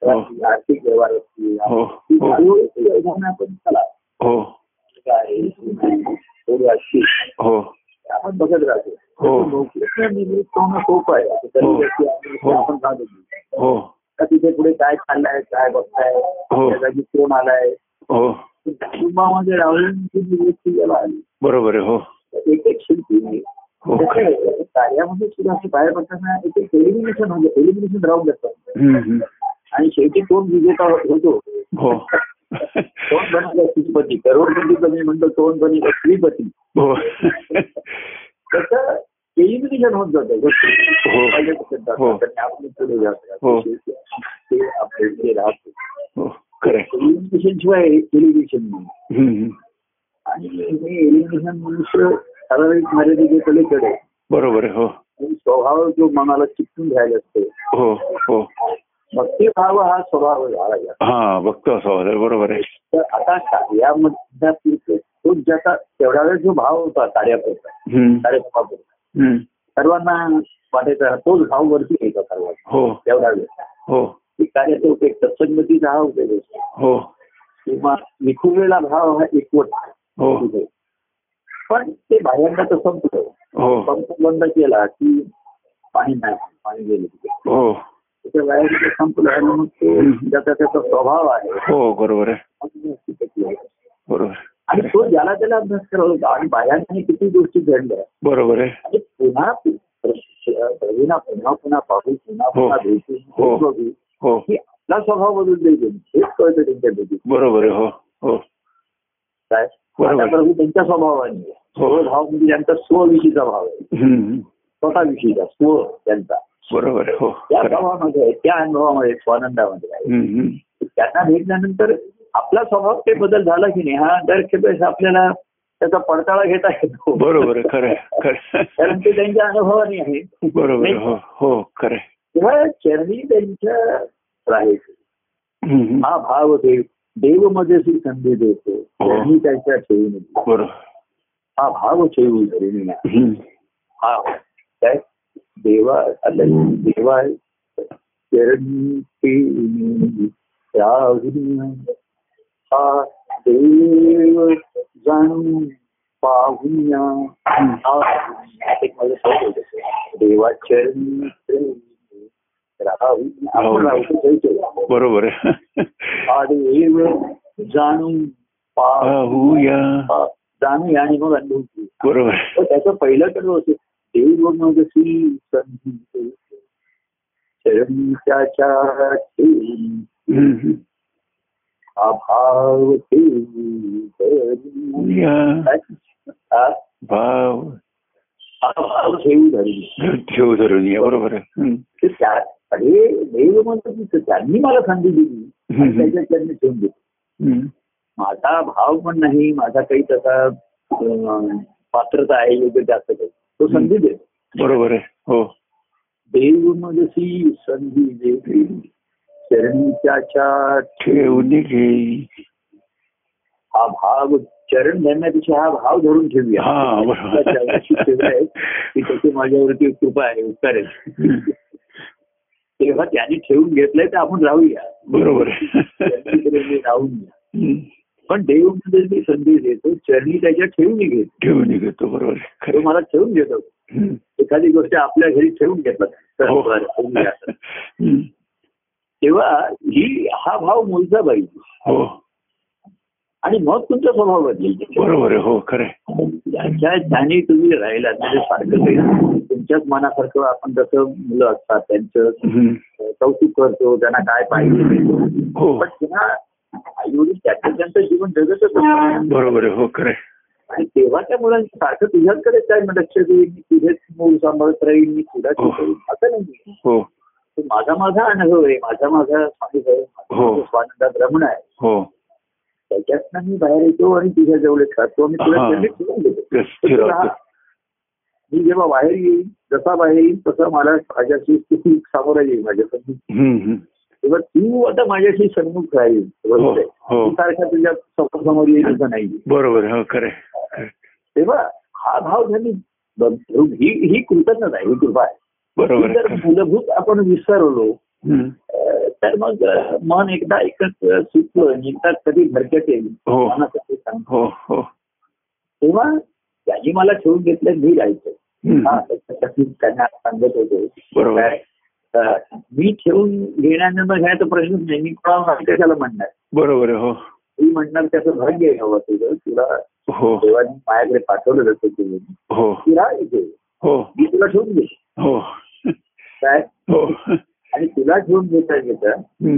Speaker 1: हो.
Speaker 2: आर्थिक व्यवहार असतील
Speaker 1: हो
Speaker 2: ती
Speaker 1: हो
Speaker 2: हळूहळू व्यवधान आपण चला हो,
Speaker 1: हो
Speaker 2: काय, थोडी अशी
Speaker 1: हो
Speaker 2: आपण बघत राहतो
Speaker 1: हो.
Speaker 2: नोकरीतनं निवृत्त होणं सोपं आहे असं काही
Speaker 1: हो.
Speaker 2: व्यक्ती आहे,
Speaker 1: हो.
Speaker 2: आपण जाणून घेऊ.
Speaker 1: हो
Speaker 2: का तिथे पुढे काय चाललंय काय बघताय
Speaker 1: हो.
Speaker 2: त्या जागी कोण आलाय
Speaker 1: हो
Speaker 2: कुटुंबामध्ये राहून निवृत्ती जेव्हा आली
Speaker 1: बरोबर आहे हो
Speaker 2: तर एक एक शिल्पी
Speaker 1: हो
Speaker 2: त्याच्या कार्यामध्ये सुद्धा असं बाहेर पडताना एक एक एलिमिनेशन म्हणजे एलिमिनेशन राहून जातं
Speaker 1: हम्म, हम्म.
Speaker 2: आणि शेवटी कोण विजेता होतो
Speaker 1: हो
Speaker 2: कोण बनला श्रीपती करोडपती कमी म्हणतो कोण बनला श्रीपती
Speaker 1: हो
Speaker 2: त्याचं एलिमिनेशन होत जातं
Speaker 1: हो.
Speaker 2: पहिले कसं
Speaker 1: हो.
Speaker 2: जातं, त्यांनी आपले पुढे
Speaker 1: हो.
Speaker 2: जातो ते आपले जे राहतो
Speaker 1: हो खरं आहे.
Speaker 2: एलिमिनेशन शिवाय एलिमिनेशन नाही
Speaker 1: हम्म, हम्म.
Speaker 2: आणि हे एलिमिनेशन मनुष्य ठराविक मर्यादेच्या पलीकडे
Speaker 1: बरोबर आहे हो
Speaker 2: आणि स्वभाव जो मनाला चिकटून राहिला असतो
Speaker 1: हो हो
Speaker 2: भक्तिभाव हा स्वभाव झाला आहे.
Speaker 1: हा बघतो असं वाटतं, बरोबर आहे
Speaker 2: तर आता कार्यामध्ये आपली तो ज्याचा तेवढा वेळ जो भाव होता कार्यापुरता
Speaker 1: हम्म,
Speaker 2: कार्यक्रमापुरता
Speaker 1: हम्म.
Speaker 2: सर्वांना वाटायचा तोच भाव वरती यायचा सर्वांना
Speaker 1: हो
Speaker 2: तेवढा वेळ
Speaker 1: हो
Speaker 2: की कार्याचा उपयोग सत्संगतीचा हा उपयोग असतो
Speaker 1: हो
Speaker 2: किंवा विखुरलेला भाव हा एकवट
Speaker 1: हो
Speaker 2: उपयोग. पण ते बाहेरनं तर संपलं
Speaker 1: हो
Speaker 2: पंप बंद केला की पाणी नाही पाणी गेलं तिथे
Speaker 1: हो
Speaker 2: त्याच्या बाहेर संपलं आणि मग तो ज्याचा त्याचा स्वभाव आहे
Speaker 1: हो बरोबर आहे
Speaker 2: आणि
Speaker 1: बरोबर आहे.
Speaker 2: तो ज्याला त्याला अभ्यास करत होता आणि बायांनी किती गोष्टी घडल्या
Speaker 1: बरोबर आहे
Speaker 2: आणि पुन्हा प्रवीणा पुन्हा पुन्हा पाहू पुन्हा
Speaker 1: हो.
Speaker 2: पुन्हा भेटू
Speaker 1: हो.
Speaker 2: हेच बघू
Speaker 1: हो
Speaker 2: की आपला स्वभाव बदलून जाईल हेच कळतं त्यांच्या भेटीत
Speaker 1: बरोबर आहे हो हो
Speaker 2: काय
Speaker 1: बरोबर.
Speaker 2: आता प्रभू त्यांच्या स्वभावाने
Speaker 1: हो.
Speaker 2: स्वभाव म्हणजे त्यांचा स्वविषयीचा भाव आहे
Speaker 1: हम्म,
Speaker 2: स्वतःविषयीचा स्व त्यांचा
Speaker 1: बरोबर आहे हो
Speaker 2: त्या
Speaker 1: खरं आहे.
Speaker 2: भावामध्ये आहे, त्या अनुभवामध्ये स्वानंदामध्ये आहे
Speaker 1: हम्म, हम्म.
Speaker 2: त्यांना भेटल्यानंतर आपला स्वभाव ते बदल झाला की नाही हा दर खेपेस आपल्याला त्याचा पडताळा घेता येतो
Speaker 1: बरोबर आहे खरं आहे, खरं
Speaker 2: कारण ते त्यांच्या अनुभवाने आहे
Speaker 1: आहे. बरोबर आहे, हो हो खरं आहे.
Speaker 2: तेव्हा चरणी त्यांच्या राहायचे
Speaker 1: हम्म, हम्म.
Speaker 2: हा
Speaker 1: हो.
Speaker 2: भाव देव देव मजेशी संधी देतो चरणी त्यांच्या ठेवून
Speaker 1: बरोबर
Speaker 2: हा भाव ठेवू धरून ना
Speaker 1: हम्म.
Speaker 2: हा काय देवा आता देवा चरणी राहुरी हा देव जाणू पाहुण्या हा एक माझं शब्द होतं. देवा चरणी राहुरी आपण राहुरी जायचो.
Speaker 1: बरोबर आहे.
Speaker 2: हा देव जाणू
Speaker 1: 아,
Speaker 2: पाहू
Speaker 1: पाहूया
Speaker 2: जाणूया आणि मग अनुभव
Speaker 1: बरोबर आहे.
Speaker 2: तर हो, त्याचं पहिलं कडव असेल देवी बघ म्हणजे श्री संत चरणीच्या ठेवी
Speaker 1: हम्म, हम्म.
Speaker 2: अभाव ठेवी धरी.
Speaker 1: या
Speaker 2: काय? हा?
Speaker 1: भाव
Speaker 2: अभाव ठेवी धरी
Speaker 1: ठेव धरून या बरोबर आहे. हम्म.
Speaker 2: तर त्या अरे देव म्हणजे त्यांनी मला संधी दिली आणि त्याच्या चरणी ठेवून दिली
Speaker 1: हम्म.
Speaker 2: माझा भाव पण नाही माझा काही तसा अं, पात्रता आहे योग्य जास्त काही तो संधी देतो
Speaker 1: बरोबर आहे हो
Speaker 2: देव मजसी संधी देवी चरणीच्या
Speaker 1: ठेवून घे
Speaker 2: हा भाव चरण धरण्यापेक्षा हा भाव धरून ठेवूया
Speaker 1: हा, बरोबर.
Speaker 2: त्या चरणाशी ठेवलंय की त्याची माझ्यावरती कृपा आहे उपकार आहे
Speaker 1: 음,
Speaker 2: तेव्हा त्याने ठेवून घेतलंय तर आपण राहूया
Speaker 1: बरोबर आहे.
Speaker 2: चरणीकडे मी राहून या
Speaker 1: हम्म.
Speaker 2: पण देव म्हणजे मी संधी देतो चरणी त्याच्या ठेवून घेतो
Speaker 1: ठेवून घेतो बरोबर आहे.
Speaker 2: तो
Speaker 1: खरं
Speaker 2: मला ठेवून घेतो
Speaker 1: आहे. हम्म.
Speaker 2: एखादी गोष्ट आपल्या घरी ठेवून घेतात तर
Speaker 1: हो.
Speaker 2: बरं, ठेवून घ्या.
Speaker 1: हम्म.
Speaker 2: तेव्हा ही हा भाव मुलचा पाहिजे
Speaker 1: हो
Speaker 2: आणि मग तुमचा स्वभाव बदलेल
Speaker 1: बरोबर आहे हो खरं आहे.
Speaker 2: ज्याच्या ज्याने तुम्ही राहिला म्हणजे सारखं काही तुमच्याच मनासारखं आपण जसं मुलं असतात त्यांचं
Speaker 1: हम्म.
Speaker 2: कौतुक करतो त्यांना काय पाहिजे
Speaker 1: हो
Speaker 2: पण त्यांना आईवडील त्याचं त्यांचं जीवन जगतच असतात.
Speaker 1: बरोबर आहे हो खरं आहे.
Speaker 2: आणि तेव्हा त्या मुलांचं सारखं तुझ्याकडे काय लक्ष देईल मी तुझेच मूल सांभाळत राहील मी तुला
Speaker 1: हो.
Speaker 2: ठेवेन. असं नाही
Speaker 1: हो
Speaker 2: तो माझा माझा अनुभव आहे माझा माझा स्वामी आहे माझा
Speaker 1: हो.
Speaker 2: माझा स्वानंदात रमण आहे
Speaker 1: हो
Speaker 2: त्याच्यातनं मी बाहेर येतो आणि तुझ्या जवळ खातो आणि तुला
Speaker 1: हा.
Speaker 2: त्यांनी ठेवून देतो
Speaker 1: स्थिर
Speaker 2: राहा. मी जेव्हा बाहेर येईन जसा बाहेर येईन तसा मला माझ्याशी तू सामोरा येईल माझ्यासाठी तेव्हा तू आता माझ्याशी सन्मुख राहील बरोबर आहे.
Speaker 1: हो, हो.
Speaker 2: तू सारखा तुझ्या समोर समोर येईल असं नाही
Speaker 1: बरोबर आहे, हो खरं आहे.
Speaker 2: तेव्हा हा भाव त्यांनी ब- ठेवून- ही ही कृतज्ञता आहे ही कृपा आहे
Speaker 1: बरोबर
Speaker 2: ही
Speaker 1: आहे
Speaker 2: जर
Speaker 1: खरं.
Speaker 2: मूलभूत आपण विसरलो
Speaker 1: हम्म.
Speaker 2: अं, तर मग अं, मन एकदा एकच सुटलं एकदा कधी भरकट येईल
Speaker 1: हो.
Speaker 2: मनासाठी सांग.
Speaker 1: हो हो
Speaker 2: तेव्हा त्यांनी मला ठेवून घेतलं मी जायचं
Speaker 1: हम्म.
Speaker 2: हा, त्याच्यासाठी त्यांना सांगत होतो
Speaker 1: बरोबर.
Speaker 2: काय, अं, मी ठेवून घेण्यानं मग ह्याचा प्रश्नच नाही मी कोणाला माहिती कशाला म्हणणार
Speaker 1: बरोबर आहे हो
Speaker 2: मी म्हणणार त्याचं भाग्य आहे बाबा तुझं तुला
Speaker 1: हो
Speaker 2: देवाने माझ्याकडे पाठवलं जसं तुम्ही
Speaker 1: हो
Speaker 2: तुला इथे
Speaker 1: हो
Speaker 2: मी तुला ठेवून घे
Speaker 1: हो
Speaker 2: काय
Speaker 1: हो
Speaker 2: आणि तुला ठेवून घेता घेता
Speaker 1: हम्म.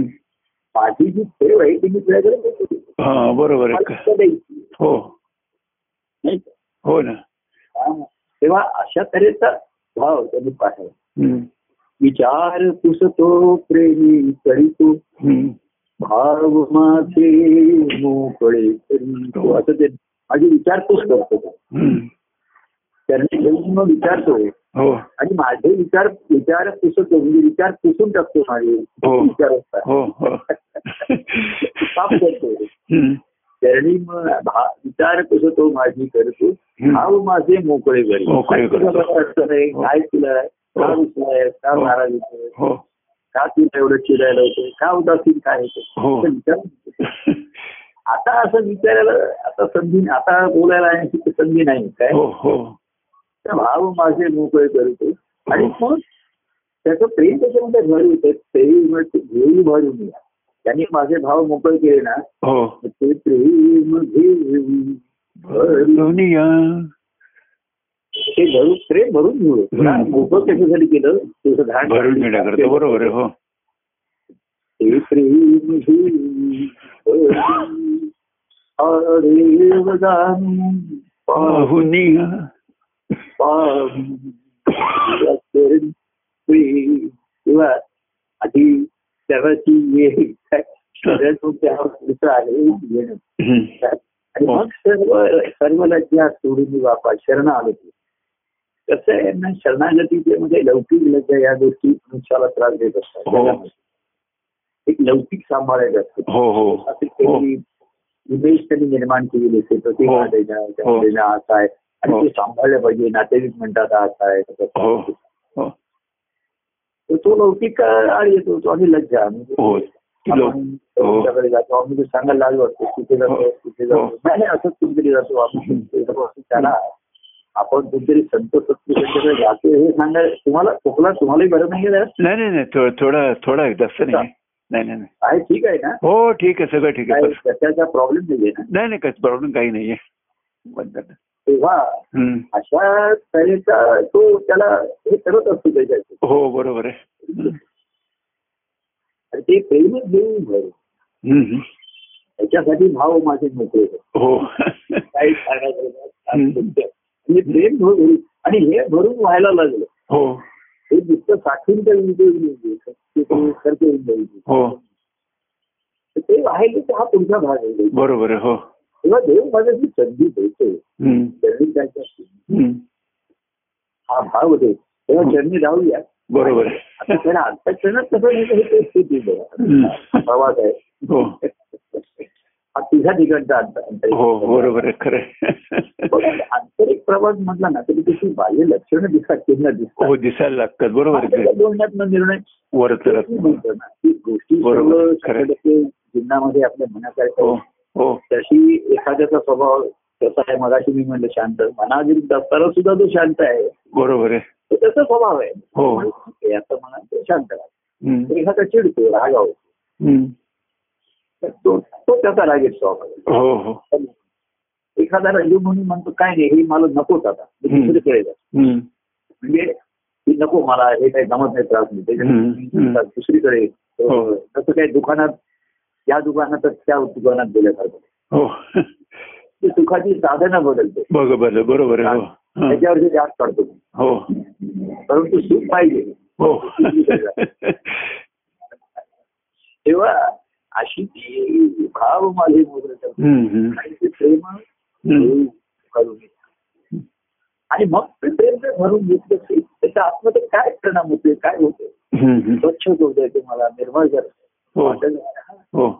Speaker 2: माझी जी ठेव आहे ती मी तुझ्याकडे देतो.
Speaker 1: हा बरोबर
Speaker 2: मला
Speaker 1: आहे
Speaker 2: तुला द्यायची.
Speaker 1: हो
Speaker 2: नाही का?
Speaker 1: हो ना
Speaker 2: हा. तेव्हा अशा तऱ्हेचा भाव त्यांनी पाहिजे
Speaker 1: हम्म.
Speaker 2: विचार पुसतो प्रेमी करीतो
Speaker 1: हम्म.
Speaker 2: भाव माझे मोकळे करी.
Speaker 1: हो.
Speaker 2: तो असं ते माझे विचारपूस करतो
Speaker 1: हम्म.
Speaker 2: त्यांनी घेऊन मग विचारतो
Speaker 1: हो
Speaker 2: आणि माझे विचार विचार पुसतो म्हणजे विचार पुसून टाकतो माझे
Speaker 1: हो.
Speaker 2: विचार असतात
Speaker 1: हो हो
Speaker 2: साफ करतो
Speaker 1: हम्म.
Speaker 2: त्यांनी मग भा- विचार पुसतो माझी करतो
Speaker 1: हम्म.
Speaker 2: भाव माझे मोकळे करी
Speaker 1: मोकळे करी.
Speaker 2: तुला बरं वाटतं रे? काय तुला का विचार का
Speaker 1: हो.
Speaker 2: नाराज होतोय
Speaker 1: हो
Speaker 2: का तुला एवढं चिडायला होतं का उदासीन काय
Speaker 1: हो.
Speaker 2: होतं तर विचार आता असं विचारायला आता संधी आता बोलायला येण्याची तर संधी नाही काय
Speaker 1: हो हो
Speaker 2: तर भाव माझे मोकळे करतो आणि मग त्याचं प्रेम त्याच्यामध्ये भर येतं प्रेम घेऊ भरून या त्यांनी माझे भाव मोकळे केले ना
Speaker 1: हो
Speaker 2: तर ते प्रेम घेऊ भरून
Speaker 1: दुनिया
Speaker 2: ते भरून प्रेम भरून घेऊ तुला
Speaker 1: हम्म.
Speaker 2: मोकळं कशासाठी केलं तुझं धाड
Speaker 1: भरून घेण्याकरता बरोबर आहे हो
Speaker 2: हे प्रेम घेऊ भरून. अरे वदान पाहू
Speaker 1: पाहुनिया
Speaker 2: पाहू करेन मी. किंवा आधी शरीराची ये काय शरीर तुमच्या हाताचं आहे येणं.
Speaker 1: हम्म.
Speaker 2: आणि मग सर्व सर्वला ज्या सोडून बापा शरण आलो ते कसं आहे ना शरणागतीचे म्हणजे लौकिक लज्जा या गोष्टी मनुष्याला त्रास देत असतात
Speaker 1: हो.
Speaker 2: एक लौकिक सांभाळायचं असतं
Speaker 1: हो हो
Speaker 2: असे
Speaker 1: हो
Speaker 2: त्यांनी इमेज त्यांनी निर्माण केलेली असते प्रतिभा
Speaker 1: हो.
Speaker 2: देणं, त्यांना देणं असं आहे आणि
Speaker 1: हो.
Speaker 2: ते सांभाळलं पाहिजे नातेवाईक म्हणतात हा काय
Speaker 1: हो हो
Speaker 2: तर तो लौकिक आणि येतो तो आणि लज्जा म्हणजे
Speaker 1: हो ती लव-
Speaker 2: आपण तुमच्याकडे जातो आम्ही ते सांगायला लाज वाटतो कुठे
Speaker 1: हो.
Speaker 2: जातो कुठे
Speaker 1: हो.
Speaker 2: जातो नाही नाही, असंच कुठेतरी जातो आम्ही कुठेतरी जातो. असं त्याला आपण कुठेतरी संत सत्पुरुषांच्याकडे जातो हे सांगायला तुम्हाला खोकला तुम्हालाही बरं नाही आहे जरा?
Speaker 1: नाही नाही नाही थो- थोडा थोडा जास्त नाही नाही नाही नाही.
Speaker 2: आहे ठीक आहे ना
Speaker 1: हो ठीक आहे सगळं ठीक आहे
Speaker 2: काय
Speaker 1: बस.
Speaker 2: त्याचा प्रॉब्लेम नाहीये ना
Speaker 1: नाही नाही काही प्रॉब्लेम काही नाहीये बंधन.
Speaker 2: तेव्हा
Speaker 1: हम्म.
Speaker 2: अशा तऱ्हेचा तो त्याला हे करत असतो त्याच्याशी
Speaker 1: हो बरोबर आहे हम्म.
Speaker 2: आणि ते प्रेमच देऊन घर
Speaker 1: हम्म.
Speaker 2: त्याच्यासाठी भाव माझे मोकळे आहेत.
Speaker 1: हो
Speaker 2: काही सांगायचं नाही. आणि म्हणजे प्रेम भरून आणि हे भरून व्हायला लागलं
Speaker 1: हो
Speaker 2: हे नुसतं साठवून तर उपयोग नाहीये. ते तुम्ही खर्च होऊन जाईल.
Speaker 1: हो
Speaker 2: तर ते व्हायला तर हा तुमचा भाग आहे
Speaker 1: बरोबर आहे हो
Speaker 2: तेव्हा देव माझा जी संधी देतो
Speaker 1: हम्म.
Speaker 2: चरणी जायचा असतो.
Speaker 1: हम्म.
Speaker 2: हा भाव देतो तेव्हा चरणी जाऊया
Speaker 1: बरोबर आहे
Speaker 2: आता त्याला आता क्षणात कसं नाही हे ते स्थिती बघा
Speaker 1: हम्म.
Speaker 2: प्रवास आहे
Speaker 1: हो
Speaker 2: हा तुझ्या ठिकाणचा अंतर- आंतरिक
Speaker 1: हो
Speaker 2: प्रवास.
Speaker 1: बरोबर आहे खरं
Speaker 2: पण
Speaker 1: आहे.
Speaker 2: आंतरिक प्रवास म्हटला ना तरी त्याची बाह्य लक्षणं दिसतात चिन्ह
Speaker 1: हो
Speaker 2: दिसतात
Speaker 1: दिसायला लागतात बरोबर आहे
Speaker 2: आपल्याला बोलण्यात निर्णय
Speaker 1: वर
Speaker 2: तर
Speaker 1: तर
Speaker 2: ती म्हणतो ना, ती गोष्टी
Speaker 1: बरोबर,
Speaker 2: सर्व
Speaker 1: खरं.
Speaker 2: सगळ्याचे जीवनामध्ये आपल्या मनासारखं
Speaker 1: हो हो
Speaker 2: तशी एखाद्याचा स्वभाव तसा आहे मगाशी मी म्हणलं शांत मनाविरुद्ध असताना सुद्धा तो शांत आहे
Speaker 1: बरोबर आहे
Speaker 2: तो त्याचा स्वभाव आहे
Speaker 1: हो.
Speaker 2: म्हणून ठीक आहे, आता म्हणा तो शांत राहा
Speaker 1: हम्म.
Speaker 2: एखादा चिडतो रागाव
Speaker 1: हम्म.
Speaker 2: तो तो त्याचा रागीट स्वभाव आहे
Speaker 1: हो हो
Speaker 2: पण एखादा रंजू म्हणून म्हणतो काय नाही हे मला नकोच आता मी
Speaker 1: हम्म.
Speaker 2: दुसरीकडे जातो
Speaker 1: हम्म.
Speaker 2: म्हणजे हे नको मला हे काही जमत नाही त्रास नाही त्याच्यात
Speaker 1: हम्म.
Speaker 2: मी दुसरीकडे
Speaker 1: हो.
Speaker 2: तसं काही दुकानात या दुकानात त्या दुकानात गेल्यासारखं
Speaker 1: हो
Speaker 2: ते सुखाची साधनं बदलते
Speaker 1: बरोबर बरोबर आहे हो हं.
Speaker 2: त्याच्यावरती जास्त काढतो मी.
Speaker 1: हो
Speaker 2: परंतु सुख पाहिजे
Speaker 1: हो
Speaker 2: तेव्हा अशी ती भाव माझे मोगरे करतात.
Speaker 1: हम्म, हम्म.
Speaker 2: आणि ते प्रेम
Speaker 1: हम्म.
Speaker 2: करून घेतात. आणि मग ते प्रेम जर भरून घेतलं ते- त्याच्या आतमध्ये काय परिणाम होते काय होते
Speaker 1: हम्म, हम्म.
Speaker 2: स्वच्छ होतंय तुम्हाला निर्मळ जर
Speaker 1: हो.
Speaker 2: वाटेल हा
Speaker 1: हो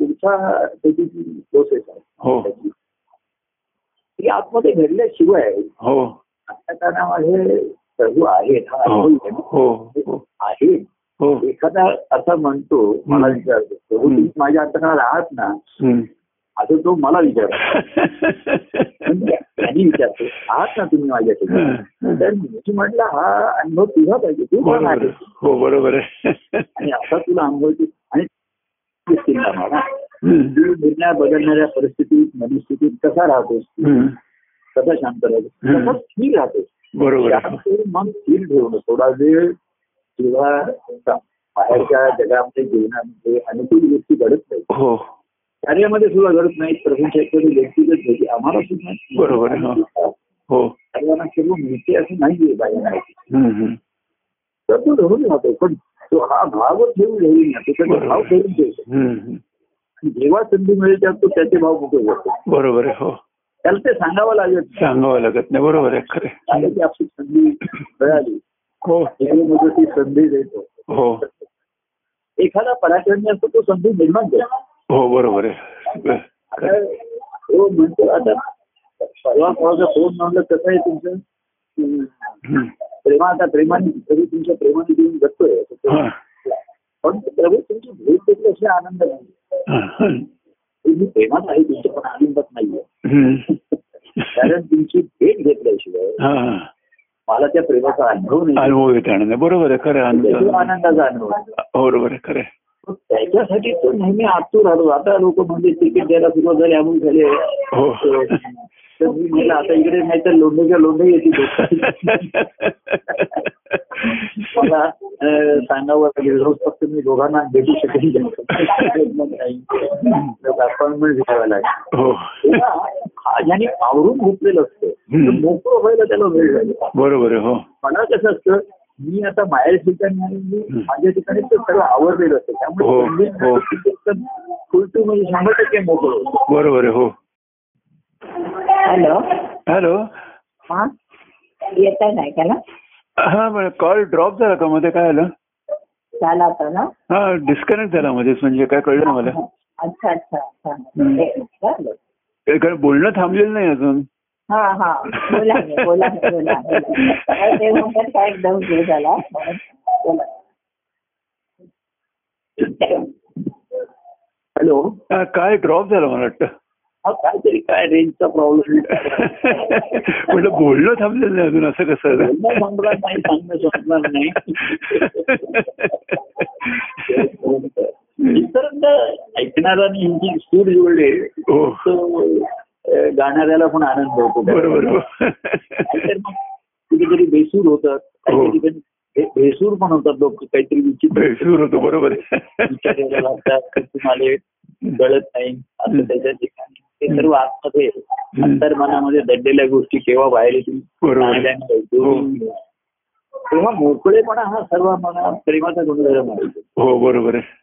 Speaker 2: तुमचा त्याची जी प्रोसेस
Speaker 1: हो.
Speaker 2: आहे त्याची. ती आतमध्ये घडल्याशिवाय
Speaker 1: हो
Speaker 2: आता कानामध्ये प्रभू आहेत हा
Speaker 1: हो
Speaker 2: अनुभव आहे ना.
Speaker 1: हो हो
Speaker 2: आहे
Speaker 1: हो
Speaker 2: एखादा असं म्हणतो मला विचारतो प्रभू
Speaker 1: हम्म.
Speaker 2: तुम्ही माझ्या अंतराळ आहात ना
Speaker 1: हम्म.
Speaker 2: असं तो मला विचारतो म्हणजे त्यांनी विचारतो आहात ना तुम्ही माझ्या ठिकाणी तर मी म्हटलं हा अनुभव तुझा पाहिजे तू पण
Speaker 1: बरोबर
Speaker 2: आहे
Speaker 1: आहे. हो बरोबर आहे
Speaker 2: आणि असा तुला अनुभव तू- आणि दिसतील ना मला.
Speaker 1: हम्म.
Speaker 2: तू निर्णय बदलणाऱ्या परिस्थितीत मनस्थितीत कसा राहतोस
Speaker 1: हम्म.
Speaker 2: कसा शांत राहतोस
Speaker 1: हम्म.
Speaker 2: कसा स्थिर राहतोस
Speaker 1: बरोबर आहे.
Speaker 2: शांत मन स्थिर ठेवणं थोडा वेळ किंवा सा- बाहेरच्या जगामध्ये जीवनामध्ये अनुकूल गोष्टी घडत नाही
Speaker 1: हो
Speaker 2: कार्यामध्ये सुद्धा घडत नाही प्रभूंच्या एकरी व्यक्तिगत घडली आम्हाला सुद्धा
Speaker 1: बरोबर आहे, हो. हो
Speaker 2: सर्वांना सर्व मिळते असं नाहीये बाहेर
Speaker 1: हम्म, हम्म.
Speaker 2: तर तो धरून राहतो पण तो हा भाव ठेवून धरून राहतो त्याचा
Speaker 1: बरोबर.
Speaker 2: तो भाव ठेवून ठेवतो
Speaker 1: हम्म, हम्म.
Speaker 2: आणि जेव्हा संधी मिळेल त्यात तो त्याचे भाव मोकळे करतो
Speaker 1: बरोबर आहे हो
Speaker 2: त्याला ते सांगावं लागेल
Speaker 1: सांगावं लागत नाही बरोबर आहे खरे
Speaker 2: कारण की आपली संधी मिळाली
Speaker 1: हो
Speaker 2: देवामध्ये ती संधी देतो
Speaker 1: हो
Speaker 2: एखादा पराक्रमी असतो तो संधी निर्माण करतो
Speaker 1: हो बरोबर आहे
Speaker 2: आता तो म्हणतो आता परवा परवाचा फोन म्हणलं कसं आहे तुमचं हम्म.
Speaker 1: हम्म.
Speaker 2: प्रेमा आता प्रेमाने प्रभू तुमच्या प्रेमाने देऊन जगतोय
Speaker 1: हा.
Speaker 2: पण प्रभू तुमची भेट देत असणे आनंद नाही
Speaker 1: हम्म.
Speaker 2: तुम्ही प्रेमात आहे तुमच्या पण आनंदात नाहीये
Speaker 1: हम्म.
Speaker 2: कारण तुमची भेट घेतल्याशिवाय
Speaker 1: हा.
Speaker 2: मला त्या प्रेमाचा अनुभव नाही
Speaker 1: अनुभव येत नाही हो. बरोबर आहे खरं
Speaker 2: त्याच्यावर
Speaker 1: अनुभव
Speaker 2: आनंदाचा अनुभव आहे.
Speaker 1: हो, बरोबर आहे खरं आहे.
Speaker 2: मग त्याच्यासाठी तो नेहमी आतूर आलो आता लोक म्हणजे तिकीट द्यायला सुरुवात झाली आम्ही झाले
Speaker 1: हो
Speaker 2: तर मी म्हटलं आता इकडे नाही तर लोंढेच्या लोंढे येते मला अं, सांगावं लागेल रोज फक्त मी दोघांना भेटू शकेल अपॉइंटमेंट घ्यावा लागेल
Speaker 1: हो
Speaker 2: तेव्हा हा ज्याने आवरून घेतलेलं असतं तर
Speaker 1: हम्म.
Speaker 2: मोकळं व्हायला त्याला वेळ लागेल
Speaker 1: बरोबर आहे हो
Speaker 2: मला कसं असतं मी आता माझ्या ठिकाणी आणि मी माझ्या ठिकाणी ते सर्व आवडलेलं असतं
Speaker 1: हो,
Speaker 2: त्यामुळे
Speaker 1: हो.
Speaker 2: फुलटू म्हणजे शंभर टक्के मोकळं होतं.
Speaker 1: बरोबर आहे हो
Speaker 3: हॅलो
Speaker 1: हॅलो
Speaker 3: हा येत आहे ना ऐकायला
Speaker 1: हा मॅडम कॉल ड्रॉप झाला का मध्ये काय आलं
Speaker 3: झाला होता ना
Speaker 1: हा डिस्कनेक्ट झाला मध्येच म्हणजे काय कळलं नाही मला
Speaker 3: अच्छा अच्छा अच्छा
Speaker 1: हम्म.
Speaker 3: एक मिनिट, हा.
Speaker 1: कारण बोलणं थांबलेलं नाही अजून
Speaker 3: हा हा बोला ना, बोला ना, बोला बोला. काय ते म्हणतात काय एकदम हे झाला म्हणून बोला
Speaker 2: हॅलो
Speaker 1: हा, काय ड्रॉप झाला मला वाटतं
Speaker 2: हा काहीतरी काय रेंजचा प्रॉब्लेम
Speaker 1: म्हटलं बोलणं थांबलेलं नाही अजून असं कसं
Speaker 2: सांगणार नाही सांगणं सांगणार नाही इतरंत ऐकणारा आणि हिंदी सूर जोडले
Speaker 1: हो
Speaker 2: तो अ, गाणाऱ्याला पण आनंद होतो
Speaker 1: बरोबर हो.
Speaker 2: काहीतरी मग कुठेतरी बेसूर होतात
Speaker 1: हो.
Speaker 2: काही ठिकाणी भे- भेसूर पण होतात लोक काहीतरी विचित्र
Speaker 1: बेसूर होतो बरोबर
Speaker 2: विचारायला लागतात ते तुम्हाला कळत नाही असं त्याच्या ठिकाणी ते सर्व आतमध्ये अंतर्मनामध्ये दडलेल्या गोष्टी केव्हा बाहेर येतील
Speaker 1: बरोबर.
Speaker 2: जाणायला नाही.
Speaker 1: हो.
Speaker 2: तेव्हा मोकळेपणा हा सर्व मला प्रेमाचा गुणधर्म आहे
Speaker 1: हो बरोबर आहे